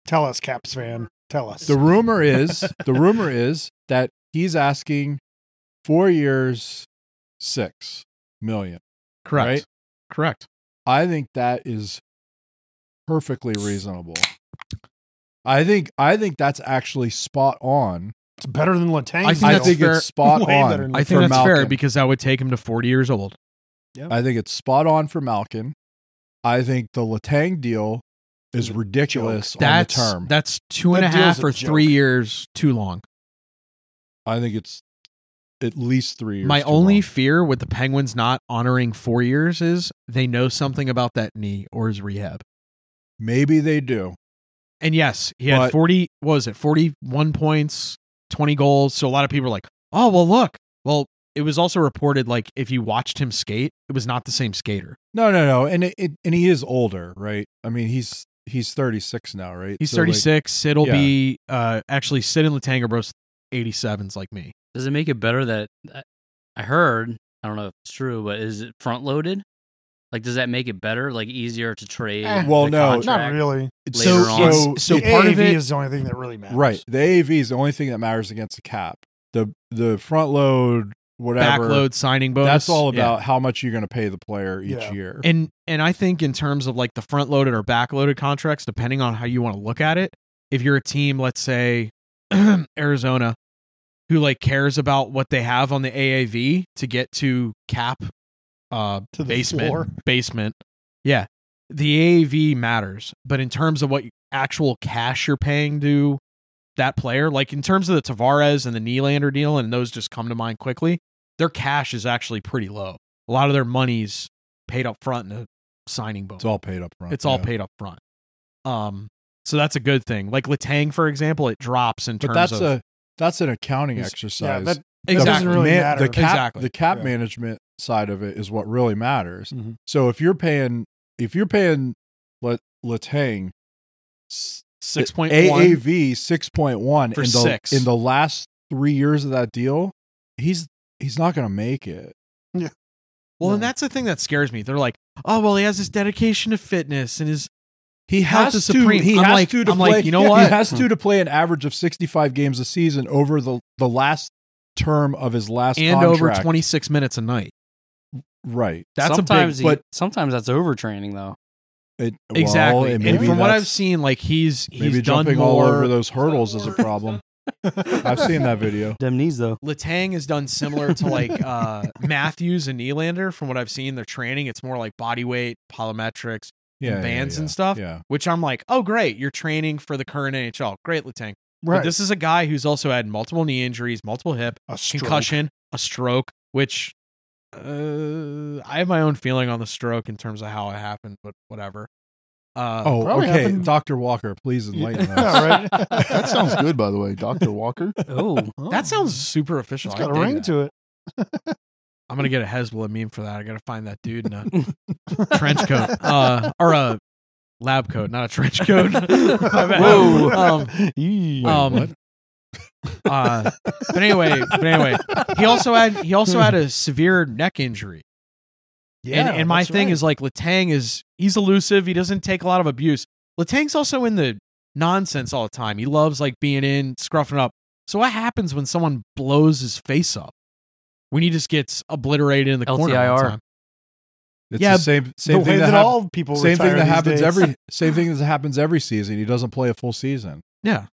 Tell us, Caps fan. Tell us.
The rumor is the rumor is that he's asking four years, six million.
Correct.
Right?
Correct.
I think that is perfectly reasonable. I think I think that's actually spot on.
it's better than Latang.
I think
I
that's
think
fair.
it's spot
Way
on.
better than
for
I think that's fair
Malkin.
because that would take him to 40 years old.
I think it's spot on for Malkin. I think the Latang deal is
Is a
ridiculous on
That's
the term.
that's two and a
That deal's
half
a
or
joke.
three years too long.
I think it's at least three years.
My
too
only
long.
fear with the Penguins not honoring four years is they know something about that knee or his rehab.
maybe they do.
And yes, he had
But-
40, what was it, 41 points, 20 goals. So a lot of people are like, oh, well, look. Well, it was also reported like if you watched him skate, it was not the same skater.
No, no, no. And it, it, and he is older, right? I mean, he's he's thirty six now, right?
He's
So, like,
36. It'll
yeah.
be uh, actually Sid and Latang are both 87s like me.
Does it make it better that I- I heard? I don't know if it's true, but is it front loaded? Like, does that make it better? Like, easier to trade?
Eh,
well,
the
no,
Not
contract?
really.
Later
so
on.
it's- so
the
part
AAV
of it
is the only thing that really matters.
right. The AAV is the only thing that matters against the cap. The the front load, whatever.
backload signing bonus.
that's all
Yeah.
about how much you're going to pay the player each
Yeah.
year.
And and I think in terms of like the front loaded or back loaded contracts, depending on how you want to look at it, if you're a team, let's say Arizona, who like cares about what they have on the AAV to get to cap uh
To the
basement
floor.
basement. Yeah. The AAV matters, but in terms of what actual cash you're paying to that player, like in terms of the Tavares and the Nylander deal, and those just come to mind quickly, their cash is actually pretty low. A lot of their money's paid up front in a signing bonus.
it's all paid up front.
It's all
yeah.
paid up front. Um, so that's a good thing. Like Latang, for example, it drops in
But
terms
that's
of
a that's an accounting
It's- Yeah,
exercise.
that,
The
exactly.
doesn't really
man-
matter.
The cap,
Exactly.
the cap
Yeah.
management side of it is what really matters.
Mhm.
So if you're paying, if you're paying Lat- Latang s-
six point one.
AAV six point one
For
in the
six.
in the last three years of that deal, he's he's not going to make it.
Well, and that's the thing that scares me. They're like, oh well, he has this dedication to fitness and his
He
House
has
is supreme.
to. He
I'm
has
like-
to, to
I'm
play.
like, you know
yeah, He
what? Hmm.
has to to play an average of sixty-five games a season over the the last term of his last
and over
contract.
26 minutes a night.
Right.
That's
sometimes
a big,
he-
but
sometimes that's overtraining though.
It, well,
exactly.
it-
and
maybe
from what
that's-
I've seen, like he's
maybe
he's done
jumping
more.
all over those hurdles is a problem. I've seen that video.
Them knees though.
Letang is done similar to like uh, Matthews and Nylander. From what I've seen, their training it's more like body weight, plyometrics,
Yeah, yeah,
bands
yeah,
and stuff.
Yeah.
Which I'm like, oh great, you're training for the current NHL. Great, Letang. But
Right.
this is a guy who's also had multiple knee injuries, multiple hip,
a stroke.
concussion, a stroke, which uh, I have my own feeling on the stroke in terms of how it happened, but whatever. Uh,
Oh,
probably
okay,
happened-
Doctor Walker, please enlighten us.
Yeah, right. That sounds good, by the way, Doctor Walker.
Oh,
that sounds super official.
It's
I
got a
dig
ring
that.
to it.
I'm gonna get a Hezbollah meme for that. I gotta find that dude in a trench coat uh, or a lab coat, not a trench coat. My bad.
Whoa.
Um,
Wait,
um,
what?
uh, but anyway, but anyway, he also had he also had a severe neck injury. and, and my
that's
thing
right.
is like Latang is he's elusive. He doesn't take a lot of abuse. Latang's also in the nonsense all the time. He loves like being in scruffing up. So what happens when someone blows his face up? When he just gets obliterated in the corner. all the
LTIR.
time?
It's
yeah,
the same
the
same
way
thing
that,
hap-
all people
same thing
retire
that
these
happens
days.
every same thing that happens every season. He doesn't play a full season.
Yeah.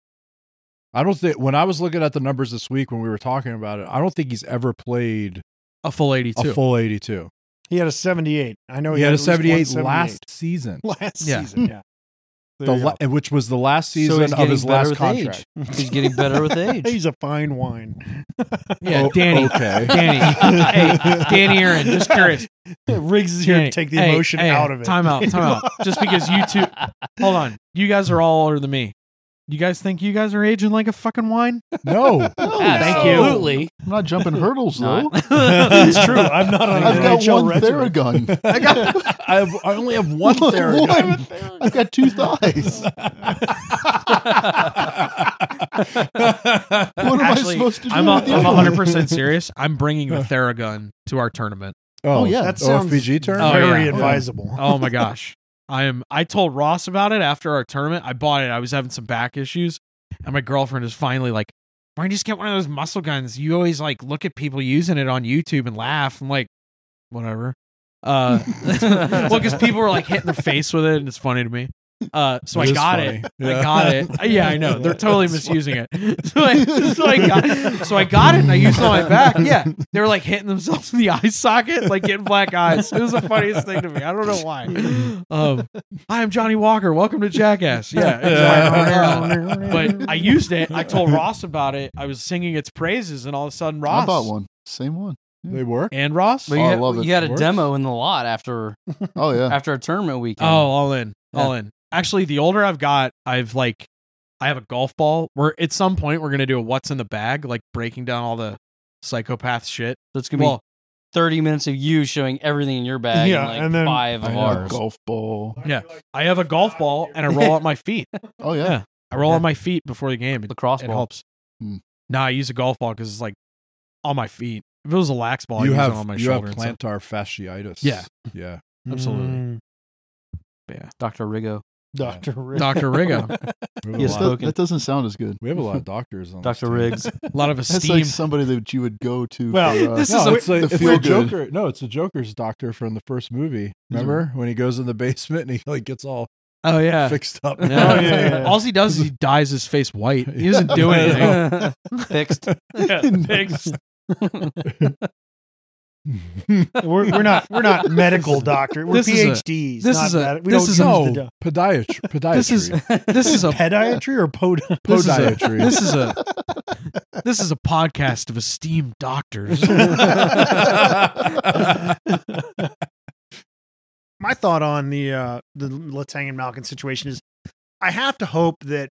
I don't think when I was looking at the numbers this week when we were talking about it, I don't think he's ever played
A full eighty
a
two.
full 82.
He had a 78. I know
he,
he,
had a
at least one
78 last season.
last
Yeah.
season. Yeah.
The
There you
la- which was the last
So he's
season of
getting
his
better
last
with
contract.
age. He's getting better with
go.
age.
He's a fine wine.
Yeah,
Oh,
Danny.
Okay.
Danny. hey, Danny Aaron, just curious.
Riggs is here
Danny,
to take the
hey,
emotion
hey,
out of it.
Time out, time out. Just because you two hold on. You guys are all older than me. You guys think you guys are aging like a fucking wine?
No. Oh.
Thank you.
Absolutely.
I'm not jumping hurdles though.
Not.
it's true. I'm not on
I've
an
got
NHL
one
regimen.
Theragun.
I got I, have, I only have one there.
One. I've got two thighs. What am
Actually,
I supposed to do?
I'm, a,
with the
I'm
other one?
100% serious. I'm bringing the Theragun to our tournament.
Oh, yeah.
That sounds
OFBG term.
Oh,
very
yeah.
advisable.
Oh my gosh. I am I told Ross about it after our tournament. I bought it. I was having some back issues and my girlfriend is finally like, "Why don't you just get one of those muscle guns? You always like look at people using it on YouTube and laugh." I'm like, "Whatever." Uh well, cuz people were like hitting their face with it and it's funny to me. Uh so I got it. I got it. Yeah, I know. They're totally misusing it. So I, so I got so I got it and I used it on my back. Yeah. They were like hitting themselves in the eye socket, like getting black eyes. It was the funniest thing to me. I don't know why. Um Hi, I'm Johnny Walker. Welcome to Jackass. Yeah. it's like- but I used it. I told Ross about it. I was singing its praises and all of a sudden Ross
I bought one. Same one.
They work.
and Ross.
Oh,
you,
I
had,
love it.
you had a
Works.
demo in the lot after
Oh yeah.
after a tournament weekend.
Oh, all in,
Yeah.
all in. Actually, the older I've got, I've like, I have a golf ball. Where at some point we're gonna do a what's in the bag, like breaking down all the psychopath shit.
so it's gonna
Well,
be thirty minutes of you showing everything in your bag,
Yeah,
and like
and then-
five
I
of
know.
ours.
Golf ball.
I have a golf ball and I roll at my feet.
Oh yeah.
Yeah. I roll on my feet before the game. It,
Lacrosse
it
ball.
helps.
Hmm.
Nah, I use a golf ball because it's like on my feet. If it was a lax ball,
you
I use
have
it on my
you have
shoulder. and stuff.
plantar fasciitis.
Yeah.
Yeah.
Mm.
Absolutely,
Dr. Rigo.
Doctor Rick.
Doctor Rigo.
Mm. We have,
Yes,
a,
That-
lot,
spoken.
That doesn't sound as good.
we have a lot of doctors on this
Dr.
team.
Riggs.
A lot of
That's
esteem.
like somebody that you would go to.
Well,
for, uh,
this
No,
is a-
it's like
the
it's
feel
the
good.
Joker. No, it's the Joker's doctor from the first movie.
Is it-
Remember when he goes in the basement and he like gets all
oh yeah.
fixed up?
Yeah.
Oh, yeah, yeah.
All he does is he dyes his face white. He doesn't do
Yeah.
anything.
Fixed.
We're, we're not we're not medical doctor. We're
This is a-
PhDs.
this
not
is a-
med- we
this
don't use
is a-
no
the
podiatry. oh, Podiatry.
This is this is a
pediatry or pod.
this is a-
podiatry.
This is a this is a podcast of esteemed doctors.
My thought on the uh the Letang and Malkin situation is, I have to hope that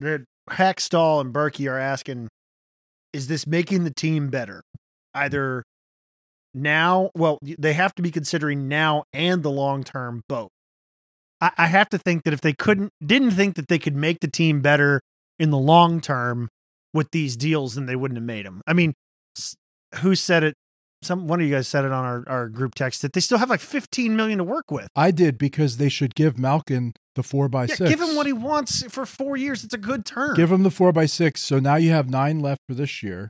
that Hackstall and Berkey are asking, is this making the team better? Either now, well, they have to be considering now and the long term both. I, I have to think that if they couldn't, didn't think that they could make the team better in the long term with these deals, then they wouldn't have made them. I mean, s- who said it? Some one of you guys said it on our, our group text that they still have like 15 million to work with.
I did because they should give Malkin the four by
Yeah,
six.
give him what he wants for four years. It's a good term.
Give him the four by six. So now you have nine left for this year,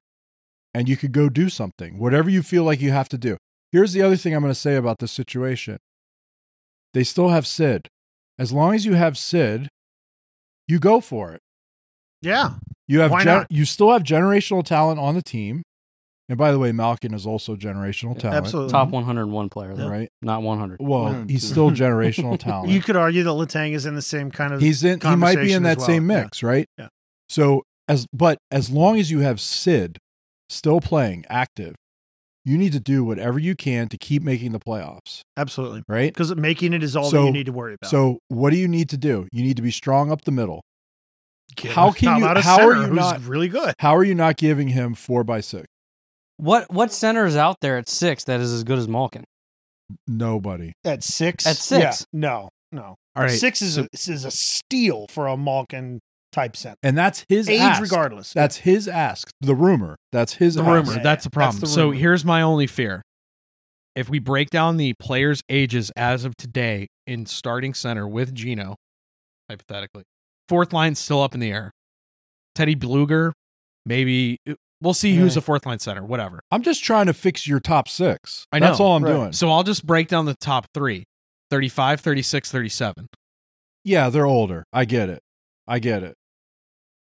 and you could go do something, whatever you feel like you have to do. Here's the other thing I'm going to say about this situation they still have Sid. As long as you have Sid, you go for it.
yeah,
You have
Why
gen-
not?
you still have generational talent on the team. And by the way, Malkin is also generational
Yeah,
talent.
absolutely.
Top 101 player, though.
Right.
Not 100.
Well,
One,
he's
two.
still generational talent.
You could argue that Latang is in the same kind of.
he's in he might be in
conversation as
that same
well. Yeah.
mix right
Yeah.
so as but as long as you have sid still playing active you need to do whatever you can to keep making the playoffs
absolutely
right
because making it is all that
So-
you need to worry about.
so what do you need to do you need to be strong up the middle
Give
how
us
can
top
you-
out a
how are
center
you
who's
not-
really good?
how are you not giving him four by six
What what center is out there at six that is as good as Malkin?
nobody
At six.
At six?
Yeah, no, no.
All right.
six is a, is a steal for a Malkin type center.
and that's his
Age
ask.
regardless.
that's his ask the rumor that's his
the
ask.
rumor.
Yeah, yeah,
that's the
that's
problem.
the
so
rumor.
here's my only fear. If we break down the players' ages as of today in starting center with Gino, hypothetically, fourth line's still up in the air. Teddy Bluger, maybe uh, we'll see who's
Yeah.
a fourth line center, whatever.
i'm just trying to fix your top six
I
that's
know.
all i'm
Right.
doing
So I'll just break down the top three 35, 36, 37.
yeah they're older i get it i get it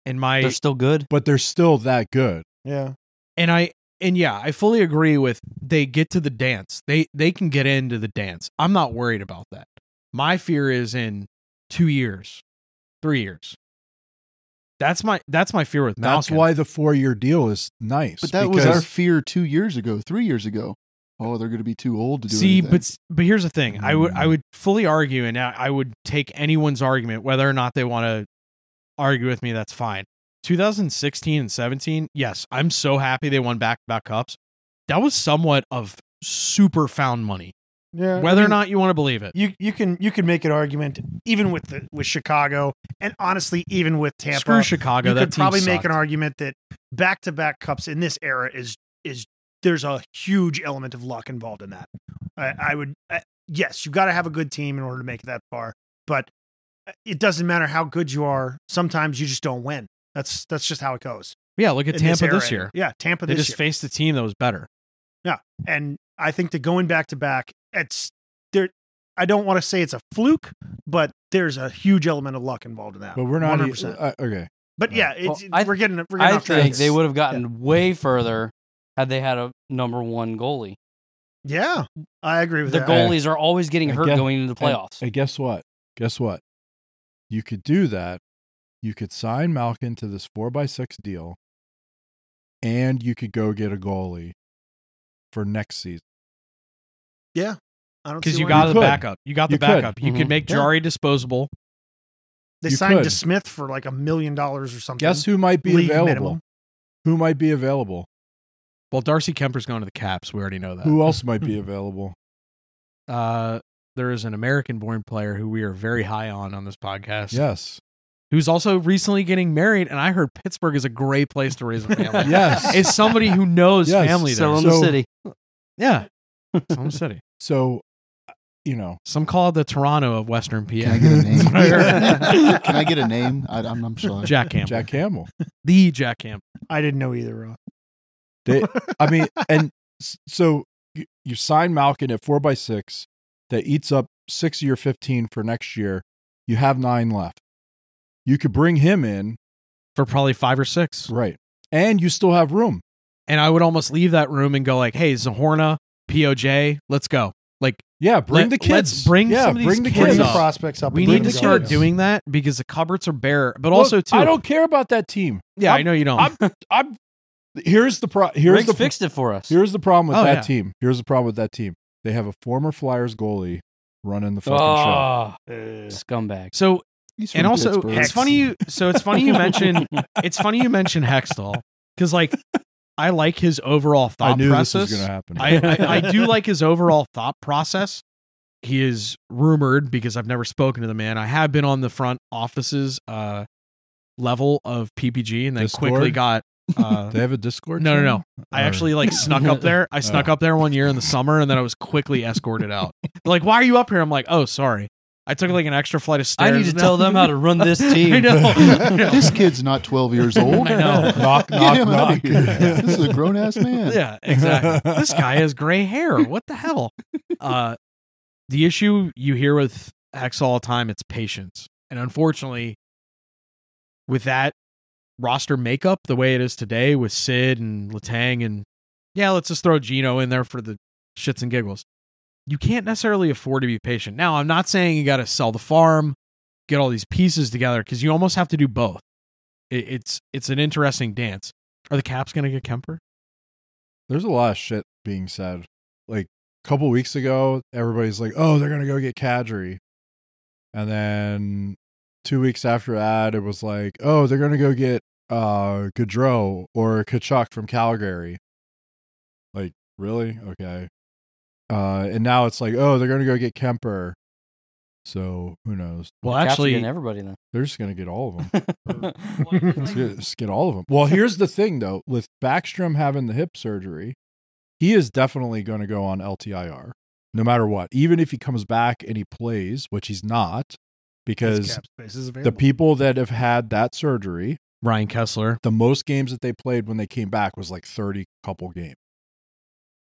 And my
They're still good.
but they're still that good
yeah.
and I and yeah, I fully agree with they get to the dance. They they can get into the dance. I'm not worried about that. My fear is in 2 years, 3 years. That's my that's my fear with Malkin.
That's why the four year deal is nice.
But that was
because-
our fear two years ago, three years ago. Oh, they're going to be too old to do
See,
anything.
but s- but here's the thing. I would I would fully argue and I I would take anyone's argument whether or not they want to argue with me, that's fine. 2016 and 17, yes, I'm so happy they won back-to-back cups. That was somewhat of super found money.
Yeah.
Whether or not you want to believe it.
you you can you can make an argument even with the with Chicago and honestly even with Tampa.
Screw Chicago.
you
that
could
team
probably make
sucked.
an argument that back to back cups in this era is is there's a huge element of luck involved in that. I, I would I, yes, you got to have a good team in order to make it that far, but uh, it doesn't matter how good you are. Sometimes you just don't win. That's that's just how it goes.
Yeah, look at
in
Tampa
era.
this year.
yeah, Tampa
They
this
just
year,
faced a team that was better.
and I think that going back to back, it's there. I don't want to say it's a fluke, but there's a huge element of luck involved in that.
But we're not.
100%.
uh, okay.
But yeah,
Well,
it's,
I-
we're getting we're getting
I
off track.
think they would have gotten way further had they had a number one goalie.
Yeah, I agree with
The
that.
goalies are always getting
I
hurt
guess-
going into the
And-
playoffs.
And, guess what? Guess what? You could do that. You could sign Malkin to this four by six deal, and you could go get a goalie for next season.
Mm-hmm.
I don't
Because
see
you
why
got
you
the
could.
backup. You got the
You could.
backup. You
Mhm.
could make
Mm-hmm. Yeah.
Jari disposable.
They
you
signed
could.
to Smith for like a million dollars or something.
Guess who might be
League
available?
minimum.
Who might be available?
Well, Darcy Kemper's going to the Caps. We already know that.
Who else might be available?
Uh, there is an American-born player who we are very high on on this podcast.
Yes.
Who's also recently getting married, and I heard Pittsburgh is a great place to raise a family.
Yes.
Is somebody who knows
Yes.
family there.
Still in
So-
the city.
yeah. Some city.
So, you know,
Some call it the Toronto of Western PA.
Can I get a name?
That's what I heard.
Can I get a name? I, I'm, I'm sorry.
Jack Campbell.
Jack Campbell.
The Jack Campbell.
I didn't know either. Rob.
They, I mean, and s- so you, you sign Malkin at four by six that eats up six of your 15 for next year. You have nine left. You could bring him in.
for probably five or six.
Right. And you still have room.
And I would almost leave that room and go like, "Hey, Zahorna, POJ, let's go." Like
Yeah. Bring
Let-
the kids.
let's bring
yeah,
some of these
bring the
kids
kids.
up.
prospects up.
we
and
need to
bring
start
goalies.
doing that because the cupboards are bare, but
Look,
also too.
I don't care about that team.
yeah, i
I'm-
know you don't.
I'm- I'm, here's the pro. Here's
Riggs
the
fixed it for us.
Here's the problem with
Oh,
that
yeah.
team. Here's the problem with that team. They have a former Flyers goalie running the fucking show.
oh,
Uh,
scumbag.
so
He's from
and also
Pittsburgh.
it's
Hex.
funny you so it's funny you mention it's funny you mention Hextall because like I like his overall thought
I knew
process.
this was going to happen.
I, I, I do like his overall thought process. He is rumored because I've never spoken to the man. I have been on the front offices uh, level of PPG, and then
Discord?
quickly got. Uh,
they have a Discord.
No, no,
channel?
I
Or-
actually like snuck up there. I snuck up there one year in the summer, and then I was quickly escorted out. They're like, why are you up here? I'm like, oh, sorry. I took like an extra flight of
I
stairs.
need to
now.
tell them how to run this team.
I know. I know.
this kid's not 12 years old.
I know.
knock,
Get
knock,
him out of
knock.
here. This is a grown ass man.
Yeah, exactly. this guy has gray hair. What the hell? Uh, the issue you hear with Hex all the time, it's patience. And unfortunately, with that roster makeup the way it is today with Sid and Latang and yeah, let's just throw Gino in there for the shits and giggles. You can't necessarily afford to be patient. Now, I'm not saying you got to sell the farm, get all these pieces together because you almost have to do both. It, it's it's an interesting dance. Are the Caps going to get Kemper?
There's a lot of shit being said. Like a couple weeks ago, everybody's like, "Oh, they're gonna go get Kadri," and then two weeks after that, it was like, "Oh, they're gonna go get uh Gaudreau or Kachuk from Calgary." Like, really? Okay. Uh, and now it's like, "Oh, they're gonna go get Kemper." So who knows?
Well,
Caps are
actually,
getting everybody then.
They're just gonna get all of them. Let's
Well,
get, let's get all of them. Well, here's the thing though, with Backstrom having the hip surgery, he is definitely going to go on LTIR, no matter what. Even if he comes back and he plays, which he's not,
His
because
cap space is
the
available.
people that have had that surgery,
Ryan Kessler.
the most games that they played when they came back was like thirty couple games.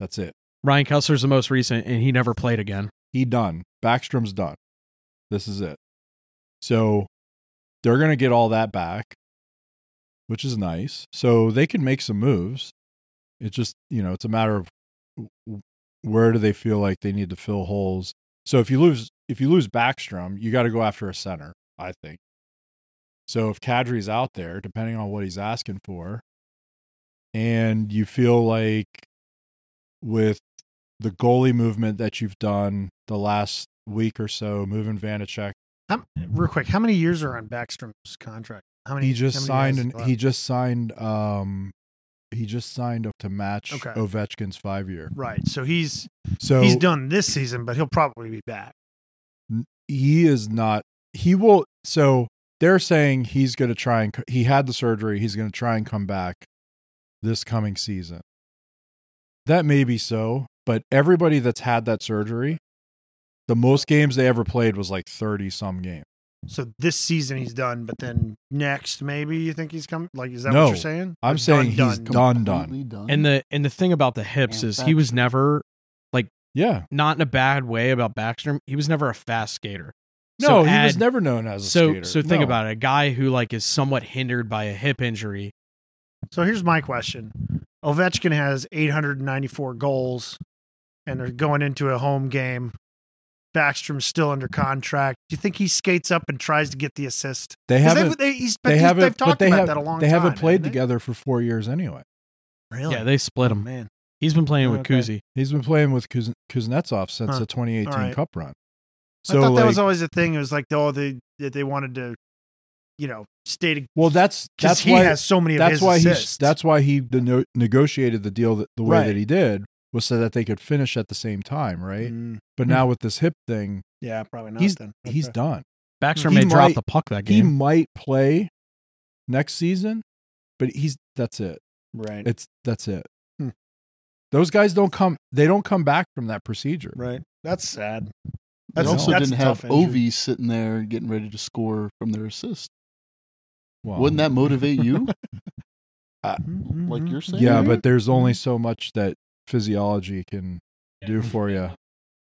That's it.
Ryan Kessler's the most recent, and he never played again.
He done. Backstrom's done. This is it. So they're going to get all that back, which is nice. So they can make some moves. It's just, you know, it's a matter of w- where do they feel like they need to fill holes. So if you lose if you lose Backstrom, you got to go after a center, I think. So if Kadri's out there, depending on what he's asking for, and you feel like with the goalie movement that you've done the last week or so, moving Vanacek.
How, real quick, how many years are on Backstrom's contract? How many?
He just
how many
signed
guys
and
left?
he just signed um he just signed up to match
Okay.
Ovechkin's five year.
right. So he's
So
he's done this season, but he'll probably be back.
he is not he will so they're saying he's going to try and co- he had the surgery he's going to try and come back this coming season that may be so but everybody that's had that surgery the most games they ever played was like 30 some games
So this season he's done, but then next maybe you think he's coming. Like, is that
No,
what you're saying?
I'm
Or
saying he's done.
Completely done.
And the and the thing about the hips
Man,
is he was
Backstrom.
never
yeah
not in a bad way about Backstrom. He was never a fast skater.
no
So
he
add-
was never known as a
so
skater
so think
No.
about it. A guy who like is somewhat hindered by a hip injury.
So here's my question: Ovechkin has 894 goals, and they're going into a home game. Backstrom's still under contract. Do you think he skates up and tries to get the assist?
they
'Cause
haven't
They, he's,
they
he's-
haven't
They've
but
talked
they
about
have-
that a long
they
time.
haven't played
haven't they?
together for four years anyway
Really?
Yeah, they split
Oh,
him.
man.
He's been playing with
Okay.
Kuzi.
he's been playing with Kuz- kuznetsov since
Huh.
the 2018
All right.
cup run
I thought that was
like-
always a thing. It was like, oh, they that they wanted to, you know, stay to
Well, that's
because
that's
he
why
has so many of
that's
his
why
assists.
he that's why he the no, negotiated the deal that, the way
Right.
that he did was so that they could finish at the same time, right?
Mm,
But now with this hip thing,
yeah, probably not.
he's
then
he's
Okay.
done.
Backstrom
He
may drop
might-
the puck that
He
game.
might play next season, but he's that's it.
right,
It's that's it.
Hmm.
Those guys don't come they don't come back from that procedure.
right. That's sad.
they
That's-
also
that's a
didn't have
tough injury.
Ovi sitting there getting ready to score from their assist.
Well,
Wouldn't that motivate you? Uh,
Like
like you're saying?
Yeah, but there's only
Mm-hmm.
so much that physiology can do for you.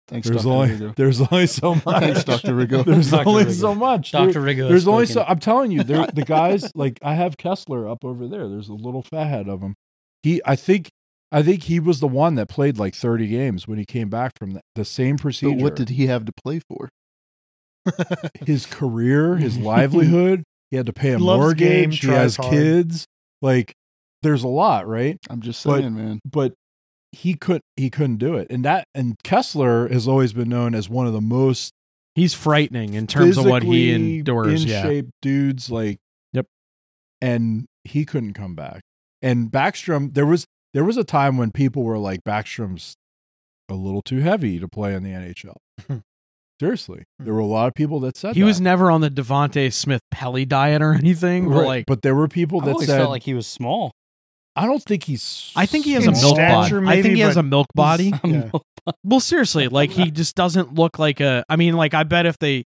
Thanks,
There's
Dr.
only
Rigo.
there's only so much.
Thanks, Dr. Rigo.
There's
Dr.
only
Rigo.
so much. dude.
Dr. Rigo. has
There's only so
spoken.
I'm telling you, there the guys like I have Kessler up over there. There's a little fathead of him. He I think I think he was the one that played like 30 games when he came back from the, the same
But
procedure.
what did he have to play for?
his career, his livelihood, he had to pay a
He loves the game,
mortgage, he
tries
has
hard.
kids. Like there's a lot, right?
I'm just
But-
saying, man.
But he could he couldn't do it. And that and Kessler has always been known as one of the most
He's frightening in terms of what he
physically
endures.
in
yeah.
shape dudes like.
Yep.
And he couldn't come back. And Backstrom, there was there was a time when people were like Backstrom's a little too heavy to play in the NHL. Seriously, there were a lot of people that said
Hmm. He
that.
was never on the Devonte Smith Pelly diet or anything. But
Right,
like
but there were people
I
that
always
said,
felt like he was small.
"I don't think he's."
I think he has a
In
milk body.
stature,
I think
maybe,
he has
but
a milk body.
I'm-
Yeah.
Well, seriously, like he just doesn't look like a. I mean, like I bet if they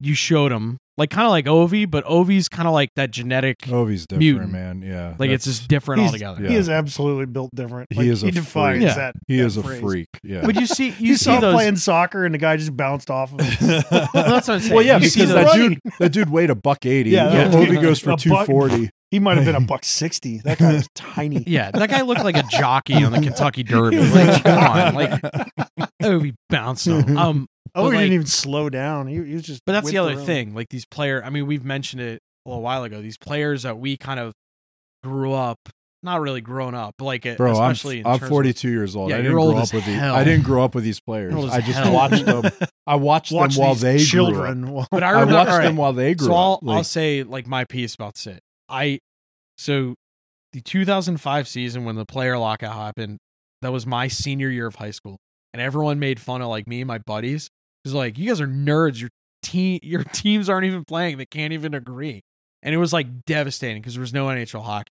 you showed him, like kind of like Ovi, but Ovi's kind of like that genetic,
Ovi's different,
Mutant.
man. Yeah.
like it's
Oh, that's-
just different
He's-
altogether.
yeah.
He is absolutely built different.
He
Like,
is a
He defines
freak.
that.
he
that
is a
phrase.
freak. Yeah.
But you see, you,
You
see
saw him
those.
playing soccer, and the guy just bounced off of him.
that's what I'm saying.
Well, yeah,
You see
because
those-
that
running.
dude, that dude weighed a buck eighty.
Yeah,
Yeah,
that
Ovi
dude-
goes for
a buck-
two forty.
He might have been a buck sixty. That guy was tiny.
Yeah, that guy looked like a jockey on the Kentucky Derby.
He was
Like,
like-
come on, like Ovi bounced him. Um,
Oh,
But,
he
like-
didn't even slow down. He, he was just.
But that's the
whipped
other
around.
thing. Like these player, I mean, we've mentioned it a little while ago. These players that we kind of grew up, not really grown up, but like
Bro, I'm,
especially in
I'm
terms of-
42 years old.
Yeah,
I
you're
didn't
old
grow
as
up with these.
hell.
I didn't grow up with these players.
Old as
I just
hell.
watched them. I watched
Watch
them while
these
they grew up.
children. Well,
But I
I
remember,
watched
all right,
them while they grew
so I'll,
up. Like,
I'll say like my piece about Sid. I so the 2005 season when the player lockout happened, that was my senior year of high school, and everyone made fun of like me and my buddies. It was like you guys are nerds. Your team, your teams aren't even playing. They can't even agree, and it was like devastating because there was no NHL hockey,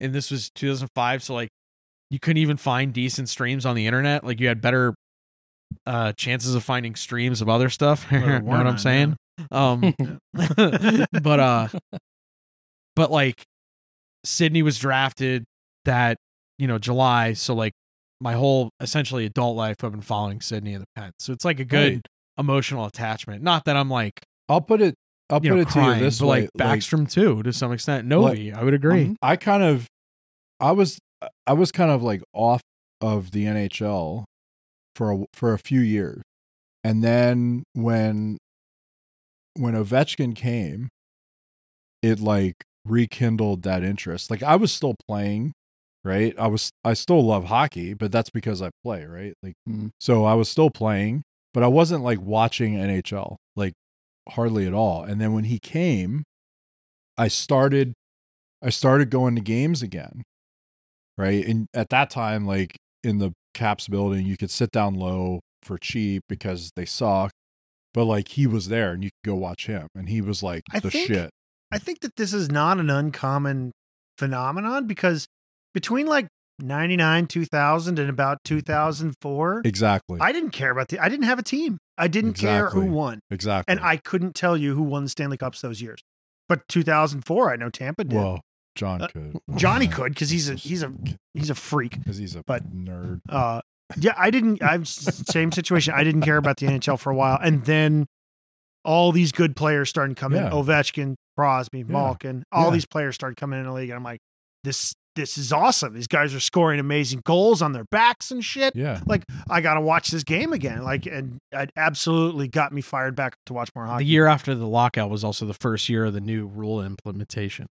and this was 2005. So like you couldn't even find decent streams on the internet. Like you had better uh chances of finding streams of other stuff. you
Well,
know what I'm
weren't,
saying? Um but uh but like Sydney was drafted that, you know, July, so like my whole essentially adult life I've been following Sydney and the Pets. So it's like a good
Right.
emotional attachment. Not that I'm like
I'll put it. I'll
you
put
know,
it
crying,
to you this
but
way.
like Backstrom too to some extent. Novi, I would agree.
Um, I kind of, I was, I was kind of like off of the NHL for a, for a few years, and then when, when Ovechkin came, it like rekindled that interest. Like I was still playing, right? I was, I still love hockey, but that's because I play, right? Like,
Mhm.
so I was still playing, but I wasn't like watching NHL, like hardly at all. And then when he came, I started I started going to games again. Right. And at that time, like in the Caps building, you could sit down low for cheap because they suck. But like he was there and you could go watch him. And he was like
I
the
think-
shit.
I think that this is not an uncommon phenomenon because between like 99, 2000 and about 2004,
Exactly.
I didn't care about the, I didn't have a team. I didn't care who
Exactly.
won.
exactly.
And I couldn't tell you who won the Stanley Cups those years. But 2004, I know Tampa did.
well, John
Uh,
could.
Johnny could because he's a, he's a, he's a freak.
because he's a
but-
nerd.
Uh, yeah, I didn't. I'm s- same situation. I didn't care about the NHL for a while, and then all these good players started coming.
Yeah.
in. Ovechkin, Crosby, Malkin, all
Yeah.
these players started coming in the league, and I'm like, this this is awesome. These guys are scoring amazing goals on their backs and shit.
Yeah.
I gotta watch this game again. Like, and it absolutely got me fired back to watch more hockey.
The year after the lockout was also the first year of the new rule implementation.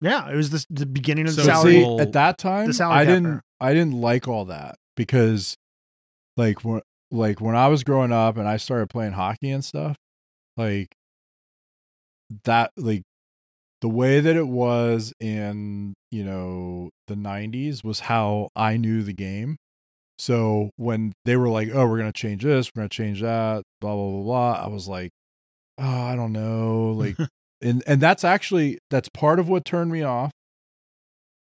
yeah, it was the, the beginning of the
So
salary.
see-
at that time,
the salary
I
cap
didn't.
era.
I didn't like all that because, like when like when I was growing up and I started playing hockey and stuff, like that like the way that it was in you know the 90s was how I knew the game. So when they were like, "Oh, we're gonna change this, we're gonna change that," blah blah blah blah, I was like, "Oh, I don't know." Like, and and that's actually that's part of what turned me off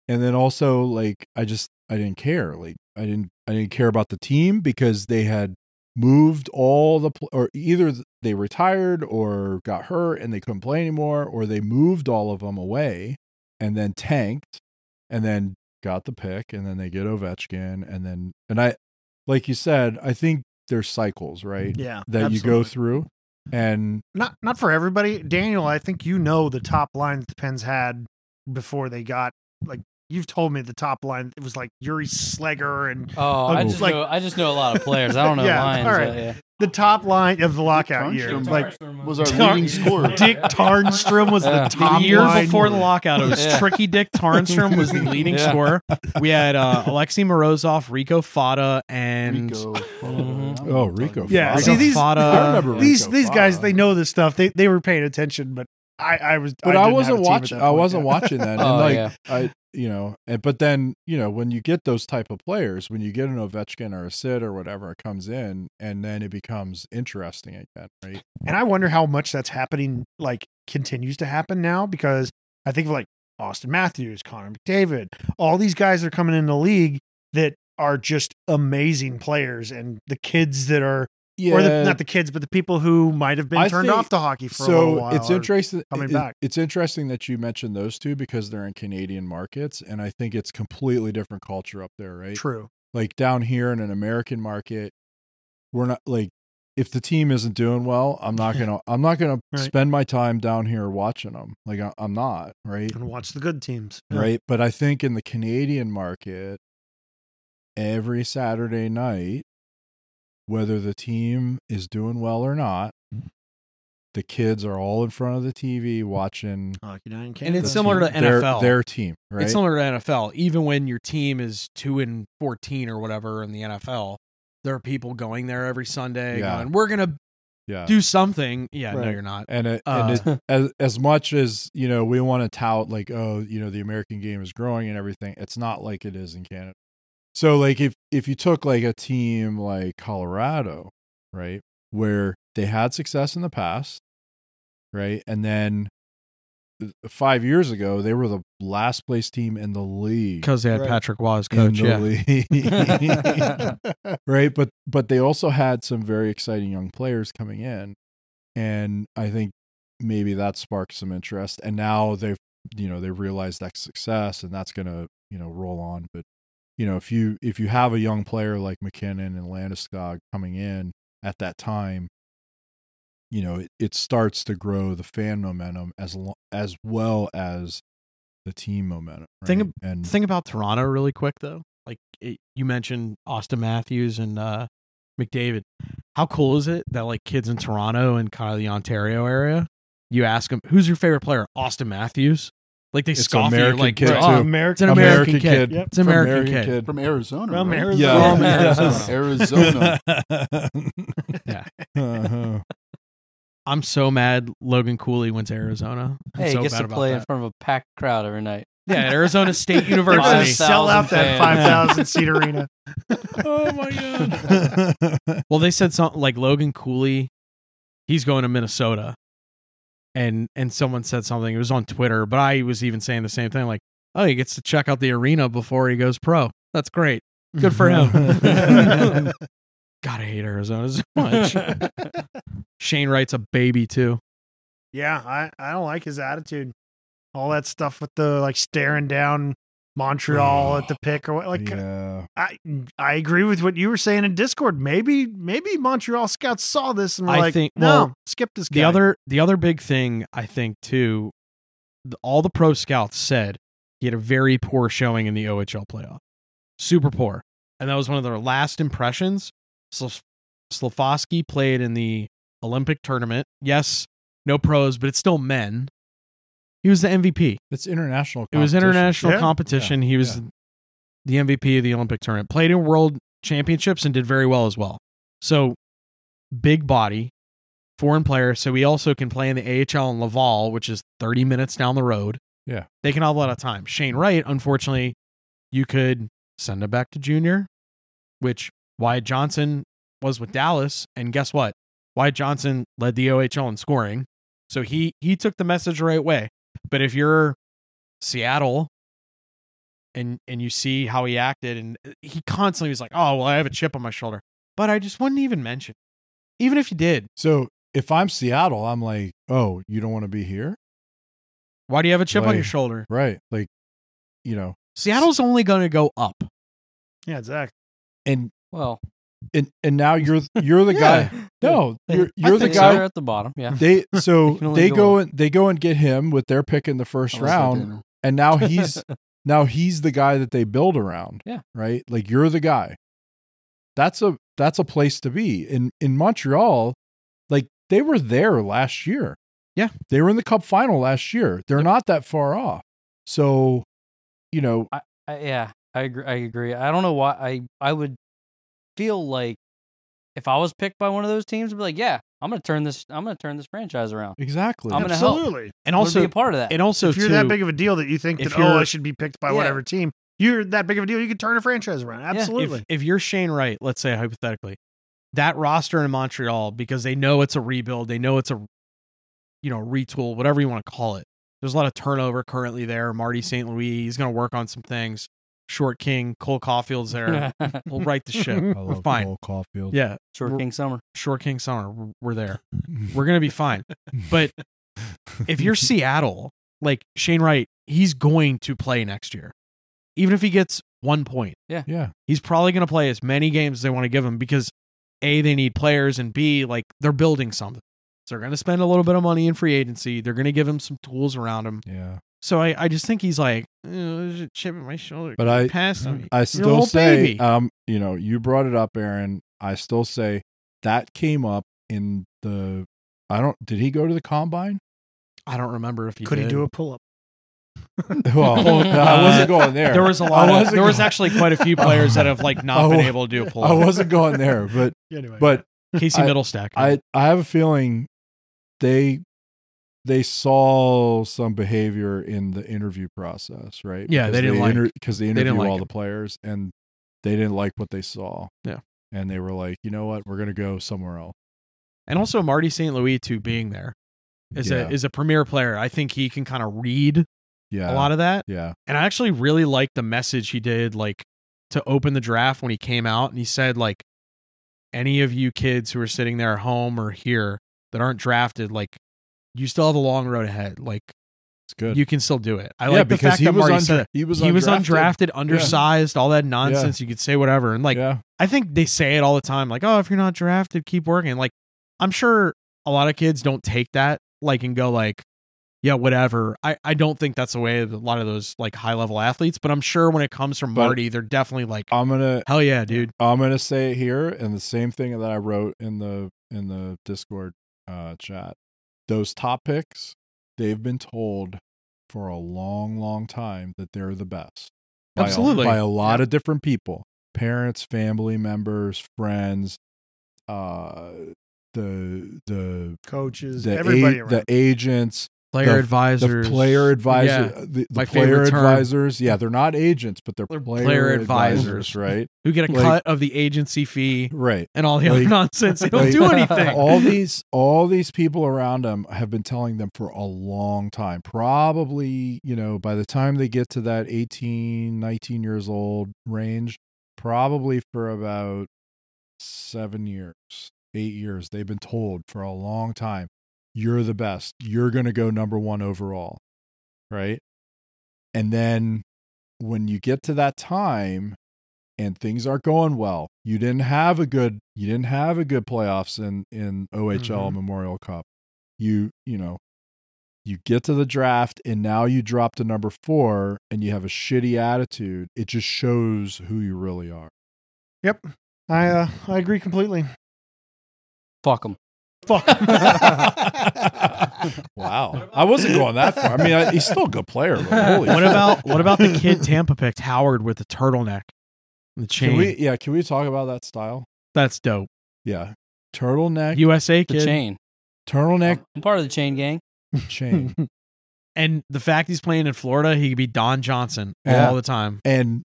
and then also like i just i didn't care like i didn't i didn't care about the team because they had moved all the pl- or either they retired or got hurt and they couldn't play anymore or they moved all of them away and then tanked and then got the pick and then they get Ovechkin and then and I like you said I think there's cycles right
yeah,
Mm-hmm.
that you go
absolutely.
through and
not not for everybody. Daniel, I think you know the top line that the Pens had before they got like you've told me the top line. It was like Yuri Slegger and
Oh, I
Oh,
just
like-
know I just know a lot of players. I don't know
Yeah,
lines.
all
but
right.
yeah.
the top line of the lockout
Tarnstrom
year.
was
Like
was our
Tar-
leading scorer.
Dick Tarnstrom was
Yeah.
the top
the year
line.
before the lockout, it was
Yeah.
Tricky Dick Tarnstrom was the leading
Yeah.
scorer. We had uh, Alexei Morozov, Rico Fada, and
Rico.
Mhm.
Uh-huh.
Oh, Rico
Yeah,
Rico
see these.
Fada.
I remember
Uh, these
Rico
these guys
Fava.
they know this stuff. They they were paying attention, but I I was
but
I,
I,
didn't
wasn't
have a team at
watching.
that
I
point,
wasn't
yeah.
watching then,
Oh,
and like
yeah.
I, you know, and, but then you know when you get those type of players, when you get an Ovechkin or a Sid or whatever it comes in, and then it becomes interesting again, right?
And I wonder how much that's happening, like continues to happen now, because I think of like Austin Matthews, Connor McDavid, all these guys are coming in the league that are just amazing players, and the kids that are
Yeah.
or the, not the kids, but the people who might have been
I
turned
think-
off to hockey for a
so
little while.
it's
or-
interesting.
coming
it-
back.
It's interesting that you mentioned those two because they're in Canadian markets, and I think it's completely different culture up there, right?
True.
Like down here in an American market, we're not like if the team isn't doing well, I'm not gonna I'm not gonna
Right.
spend my time down here watching them. Like I, I'm not right,
And watch the good teams.
right. But I think in the Canadian market, every Saturday night, whether the team is doing well or not. The kids are all in front of the TV watching
Hockey night in Canada.
And it's similar to
their,
NFL.
their team, right?
It's similar to NFL. Even when your team is two and fourteen or whatever in the NFL, there are people going there every Sunday.
Yeah.
Going, We're gonna
yeah.
do something. Yeah, no,
Right.
you're not.
and it,
Uh,
and it, as as much as you know, we want to tout like, oh, you know, the American game is growing and everything. It's not like it is in Canada. So, like, if if you took like a team like Colorado, right, where they had success in the past, right, and then th- five years ago they were the last place team in the league
Because they had
Right.
Patrick Waugh's
in
coach. Yeah.
the league. right, but but they also had some very exciting young players coming in, and I think maybe that sparked some interest. And now they've you know they realized that success, and that's gonna you know roll on. But you know if you if you have a young player like McKinnon and Landeskog coming in at that time. You know, it, it starts to grow the fan momentum as lo- as well as the team momentum. Right?
Think ab-
and
Think about Toronto really quick though. Like it, you mentioned Austin Matthews and uh, McDavid. How cool is it that like kids in Toronto and kind of the Ontario area, you ask them who's your favorite player? Austin Matthews. Like they
It's
scoff at you,
American
like
kid,
"Bro,
too.
Oh,
it's
American.
an American, kid.
Yep.
It's an
From
American, kid.
From Arizona.
From
right?
Arizona.
Yeah.
From Arizona.
Arizona.
Yeah.
Uh-huh.
I'm so mad Logan Cooley went to Arizona. I'm
Hey,
so
he gets
bad
to
about
play in
that.
front of a packed crowd every night.
Yeah, at Arizona State
They're gonna
University.
Five
sell out that
thousand
five
fans.
thousand seat arena.
oh my god.
Uh-huh.
Well, they said something like Logan Cooley, he's going to Minnesota, and and someone said something. It was on Twitter, but I was even saying the same thing. Like, oh, he gets to check out the arena before he goes pro. That's great. Good for him. God, I hate Arizona so much. Shane Wright's a baby too.
Yeah, I, I don't like his attitude. All that stuff with the like staring down Montreal at the pick or what like
yeah.
I I agree with what you were saying in Discord. Maybe maybe Montreal scouts saw this and were
I
like,
think-
no,
well,
skip this guy.
The other the other big thing I think too, the, all the pro scouts said he had a very poor showing in the OHL playoff, super poor, and that was one of their last impressions. Sl- Slafosky played in the Olympic tournament. Yes, no pros, but it's still men. He was the MVP.
It's international.
It was
competition.
international
Yeah.
competition. he was the MVP of the Olympic tournament. Played in world championships and did very well as well. So big body, foreign player. So he also can play in the AHL in Laval, which is 30 minutes down the road.
Yeah.
They can have a lot of time. Shane Wright, unfortunately, you could send him back to junior, which Wyatt Johnson was with Dallas. And guess what? Wyatt Johnson led the OHL in scoring. So he he took the message the right way. But if you're Seattle and and you see how he acted and uh, he constantly was like, "Oh, well, I have a chip on my shoulder." But I just wouldn't even mention. it. Even if you did,
So if I'm Seattle, I'm like, oh, you don't want to be here,
why do you have a chip on
Right.
your shoulder?
right? Like, you know,
Seattle's only going to go up.
yeah, exactly.
and
Well,
and and now you're you're the guy. No,
They-
you're
I
you're the
think so.
guy.
They're at the bottom. Yeah.
They so
They can only
they
go
go
up.
and they go and get him with their pick in the first round, and now he's now he's the guy that they build around
Yeah.
right like you're the guy that's a that's a place to be in in montreal like they were there last year
Yeah.
they were in the cup final last year they're not that far off so you know
I, yeah, I agree. I agree. I don't know why I I would feel like if I was picked by one of those teams, I'd be like, yeah, I'm gonna turn this. I'm gonna turn this franchise around.
exactly
I'm gonna help.
Absolutely.
And
I'm gonna
also
be a part of that.
and also
if you're
too,
that big of a deal that you think
if
that oh
you're-
I should be picked by
Yeah.
whatever team, you're that big of a deal. You could turn a franchise around. Absolutely.
if, if you're Shane Wright, let's say hypothetically, that roster in Montreal because they know it's a rebuild, they know it's a you know, retool, whatever you want to call it. There's a lot of turnover currently there. Marty St. Louis, he's going to work on some things. Short King, Cole Caulfield's there. we'll right the ship.
I
We're
love
fine.
Cole Caulfield.
Yeah,
Short King Summer.
Short King Summer, we're- we're there. We're gonna be fine. But if you're Seattle, like Shane Wright, he's going to play next year, even if he gets one point.
yeah,
he's probably going to play as many games as they want to give him because a they need players and b like they're building something so they're going to spend a little bit of money in free agency they're going to give him some tools around him
yeah.
so i, I just think he's like "Eh, there's a chip in my shoulder
But I, mm,
pass me
I
You're a
still
little
say,
baby.
um, you know, you brought it up, Aaron. I still say that came up in the. I don't. Did he go to the combine?
i don't remember if he
Could he
did.
do a pull up?
Well, no, I wasn't going there.
Uh, there was a lot
I
of,
wasn't
there was
going-
actually quite a few players that have like not
I
been
wa-
able to do a pull
I wasn't going there, but
Anyway,
but
casey
I-
middlestack
I I have a feeling they they saw some behavior in the interview process, right?
Yeah, they didn't like-
because they
didn't
interview
like
all the
him.
players and they didn't like what they saw.
Yeah.
and they were like, you know what, we're gonna go somewhere else.
and also marty st louis too being there is
Yeah.
a is a premier player i think he can kind of read
Yeah,
a lot of that
Yeah,
And I actually really liked the message he did, like to open the draft when he came out, and he said, like, any of you kids who are sitting there at home or here that aren't drafted, like, you still have a long road ahead. Like,
it's good.
you can still do it. I
yeah,
like the
because
fact
he
that
was
Marty
undra-
said
he was
he was
undrafted.
undrafted, undersized, all that nonsense. You could say whatever, and like,
yeah,
I think they say it all the time, like, oh, if you're not drafted, keep working. Like, I'm sure a lot of kids don't take that, like, and go like, yeah, whatever. I, I don't think that's the way of a lot of those like high level athletes, but I'm sure when it comes from
But- uh,
Marty, they're definitely like,
I'm gonna
hell yeah, dude.
I'm gonna say it here, and the same thing that I wrote in the in the Discord uh, chat. Those top picks, they've been told for a long, long time that they're the best. By a-
Absolutely.
by a lot of different people, parents, family members, friends, uh, the the
coaches,
the,
everybody
a-
around.
the agents,
Player
the
advisors,
the player advisor,
Yeah.
the, the
My favorite
player
term.
advisors. Yeah, they're not agents, but they're,
They're
player,
player advisors.
advisors, right?
who get a
like-
cut of the agency fee
Right.
and all the other
like-
nonsense. They don't
like-
do anything.
all these all these people around them have been telling them for a long time probably you know by the time they get to that 18 19 years old range probably for about seven years eight years they've been told for a long time you're the best you're going to go number one overall right and then when you get to that time and things aren't going well. You didn't have a good you didn't have a good playoffs in in OHL
Mhm.
Memorial Cup. You you know you get to the draft and now you drop to number 4 and you have a shitty attitude. It just shows who you really are.
I uh, I agree completely.
Fuck him.
Fuck.
wow. I wasn't going that far. I mean, I, he's still a good player, but holy
what
shit.
about what about the kid Tampa picked Howard with the turtleneck, and the chain?
Can we yeah, can we talk about that style?
That's dope.
Yeah. Turtleneck,
USA
The
kid.
chain.
turtleneck
I'm, I'm part of the chain gang.
chain.
And the fact he's playing in Florida, he could be Don Johnson
Yeah.
all the time.
And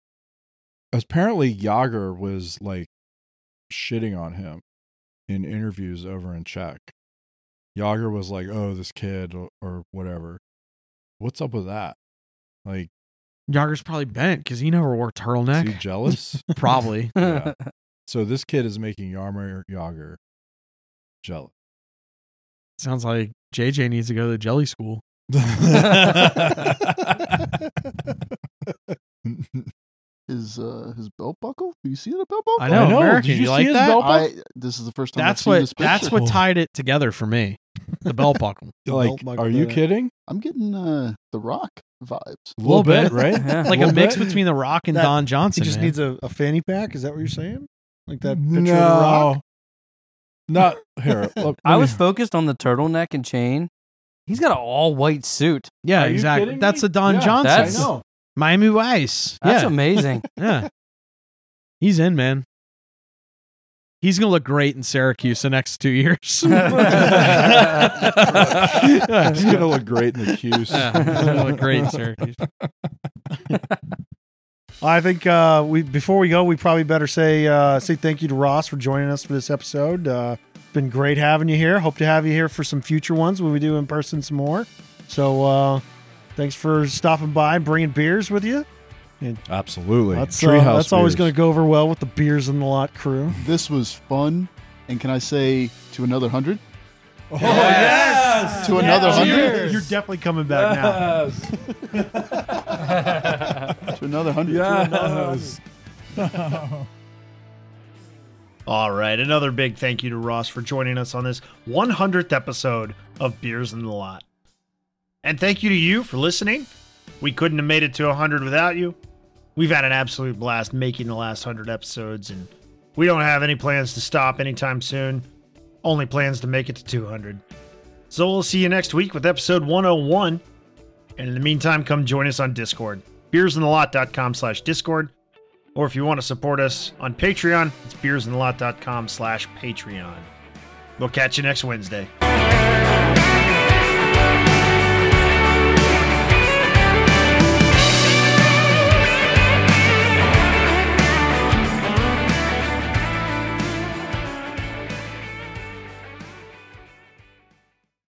apparently Yager was like shitting on him in interviews over in Czech. Yager was like, "Oh, this kid or, or whatever." What's up with that? Like,
Yager's probably bent because he never wore
is he
turtleneck.
jealous?
Probably.
Yeah. So this kid is making Yarmer Yager jealous.
Sounds like JJ needs to go to the jelly school.
His uh, his belt buckle. Do you see the belt buckle?
I know.
I know.
American,
Did you
you,
see
like
his
that?
belt buckle?
I this is the first time
That's
I've seen
what
this picture.
that's
Oh.
what tied it together for me. The belt buckle.
like,
Don't
are you
that.
kidding?
I'm getting uh, the Rock vibes.
A
Little bit.
right?
Yeah.
Like a
Little
mix
bit.
between The Rock and
That-
Don Johnson.
He just
man.
needs a, a fanny pack. Is that what you're saying? Like that picture
no.
of the rock?
Not here. Look, let
I
me-
was focused on the turtleneck and chain. He's got an all white suit.
yeah,
Are you
exactly.
kidding me?
That's a Don
Yeah,
Johnson.
that's-
I know.
Miami Vice.
That's
yeah.
amazing.
Yeah. He's in, man. He's going to look great in Syracuse the next two years.
He's gonna look great in the Q's.
Yeah, he's gonna look great in Syracuse.
I think uh, we before we go, we probably better say uh, say thank you to Ross for joining us for this episode. Uh, it's been great having you here. Hope to have you here for some future ones when we do in person some more. So uh, thanks for stopping by, and bringing beers with you,
Absolutely.
That's, uh, that's always going to go over well with the beers in the lot crew.
This was fun. And can I say to another hundred?
Oh,
yes!
To another
So
hundred?
you're,
Cheers.
you're definitely coming back now.
To another hundred.
All right, another big thank you to Ross for joining us on this 100th episode of Beers in the Lot. And thank you to you for listening. We couldn't have made it to 100 without you. We've had an absolute blast making the last 100 episodes, and we don't have any plans to stop anytime soon. Only plans to make it to 200. So we'll see you next week with episode 101. And in the meantime, come join us on Discord. Beersinthelot.com slash Discord. Or if you want to support us on Patreon, it's beersandthelot.com slash Patreon. We'll catch you next Wednesday.
Thank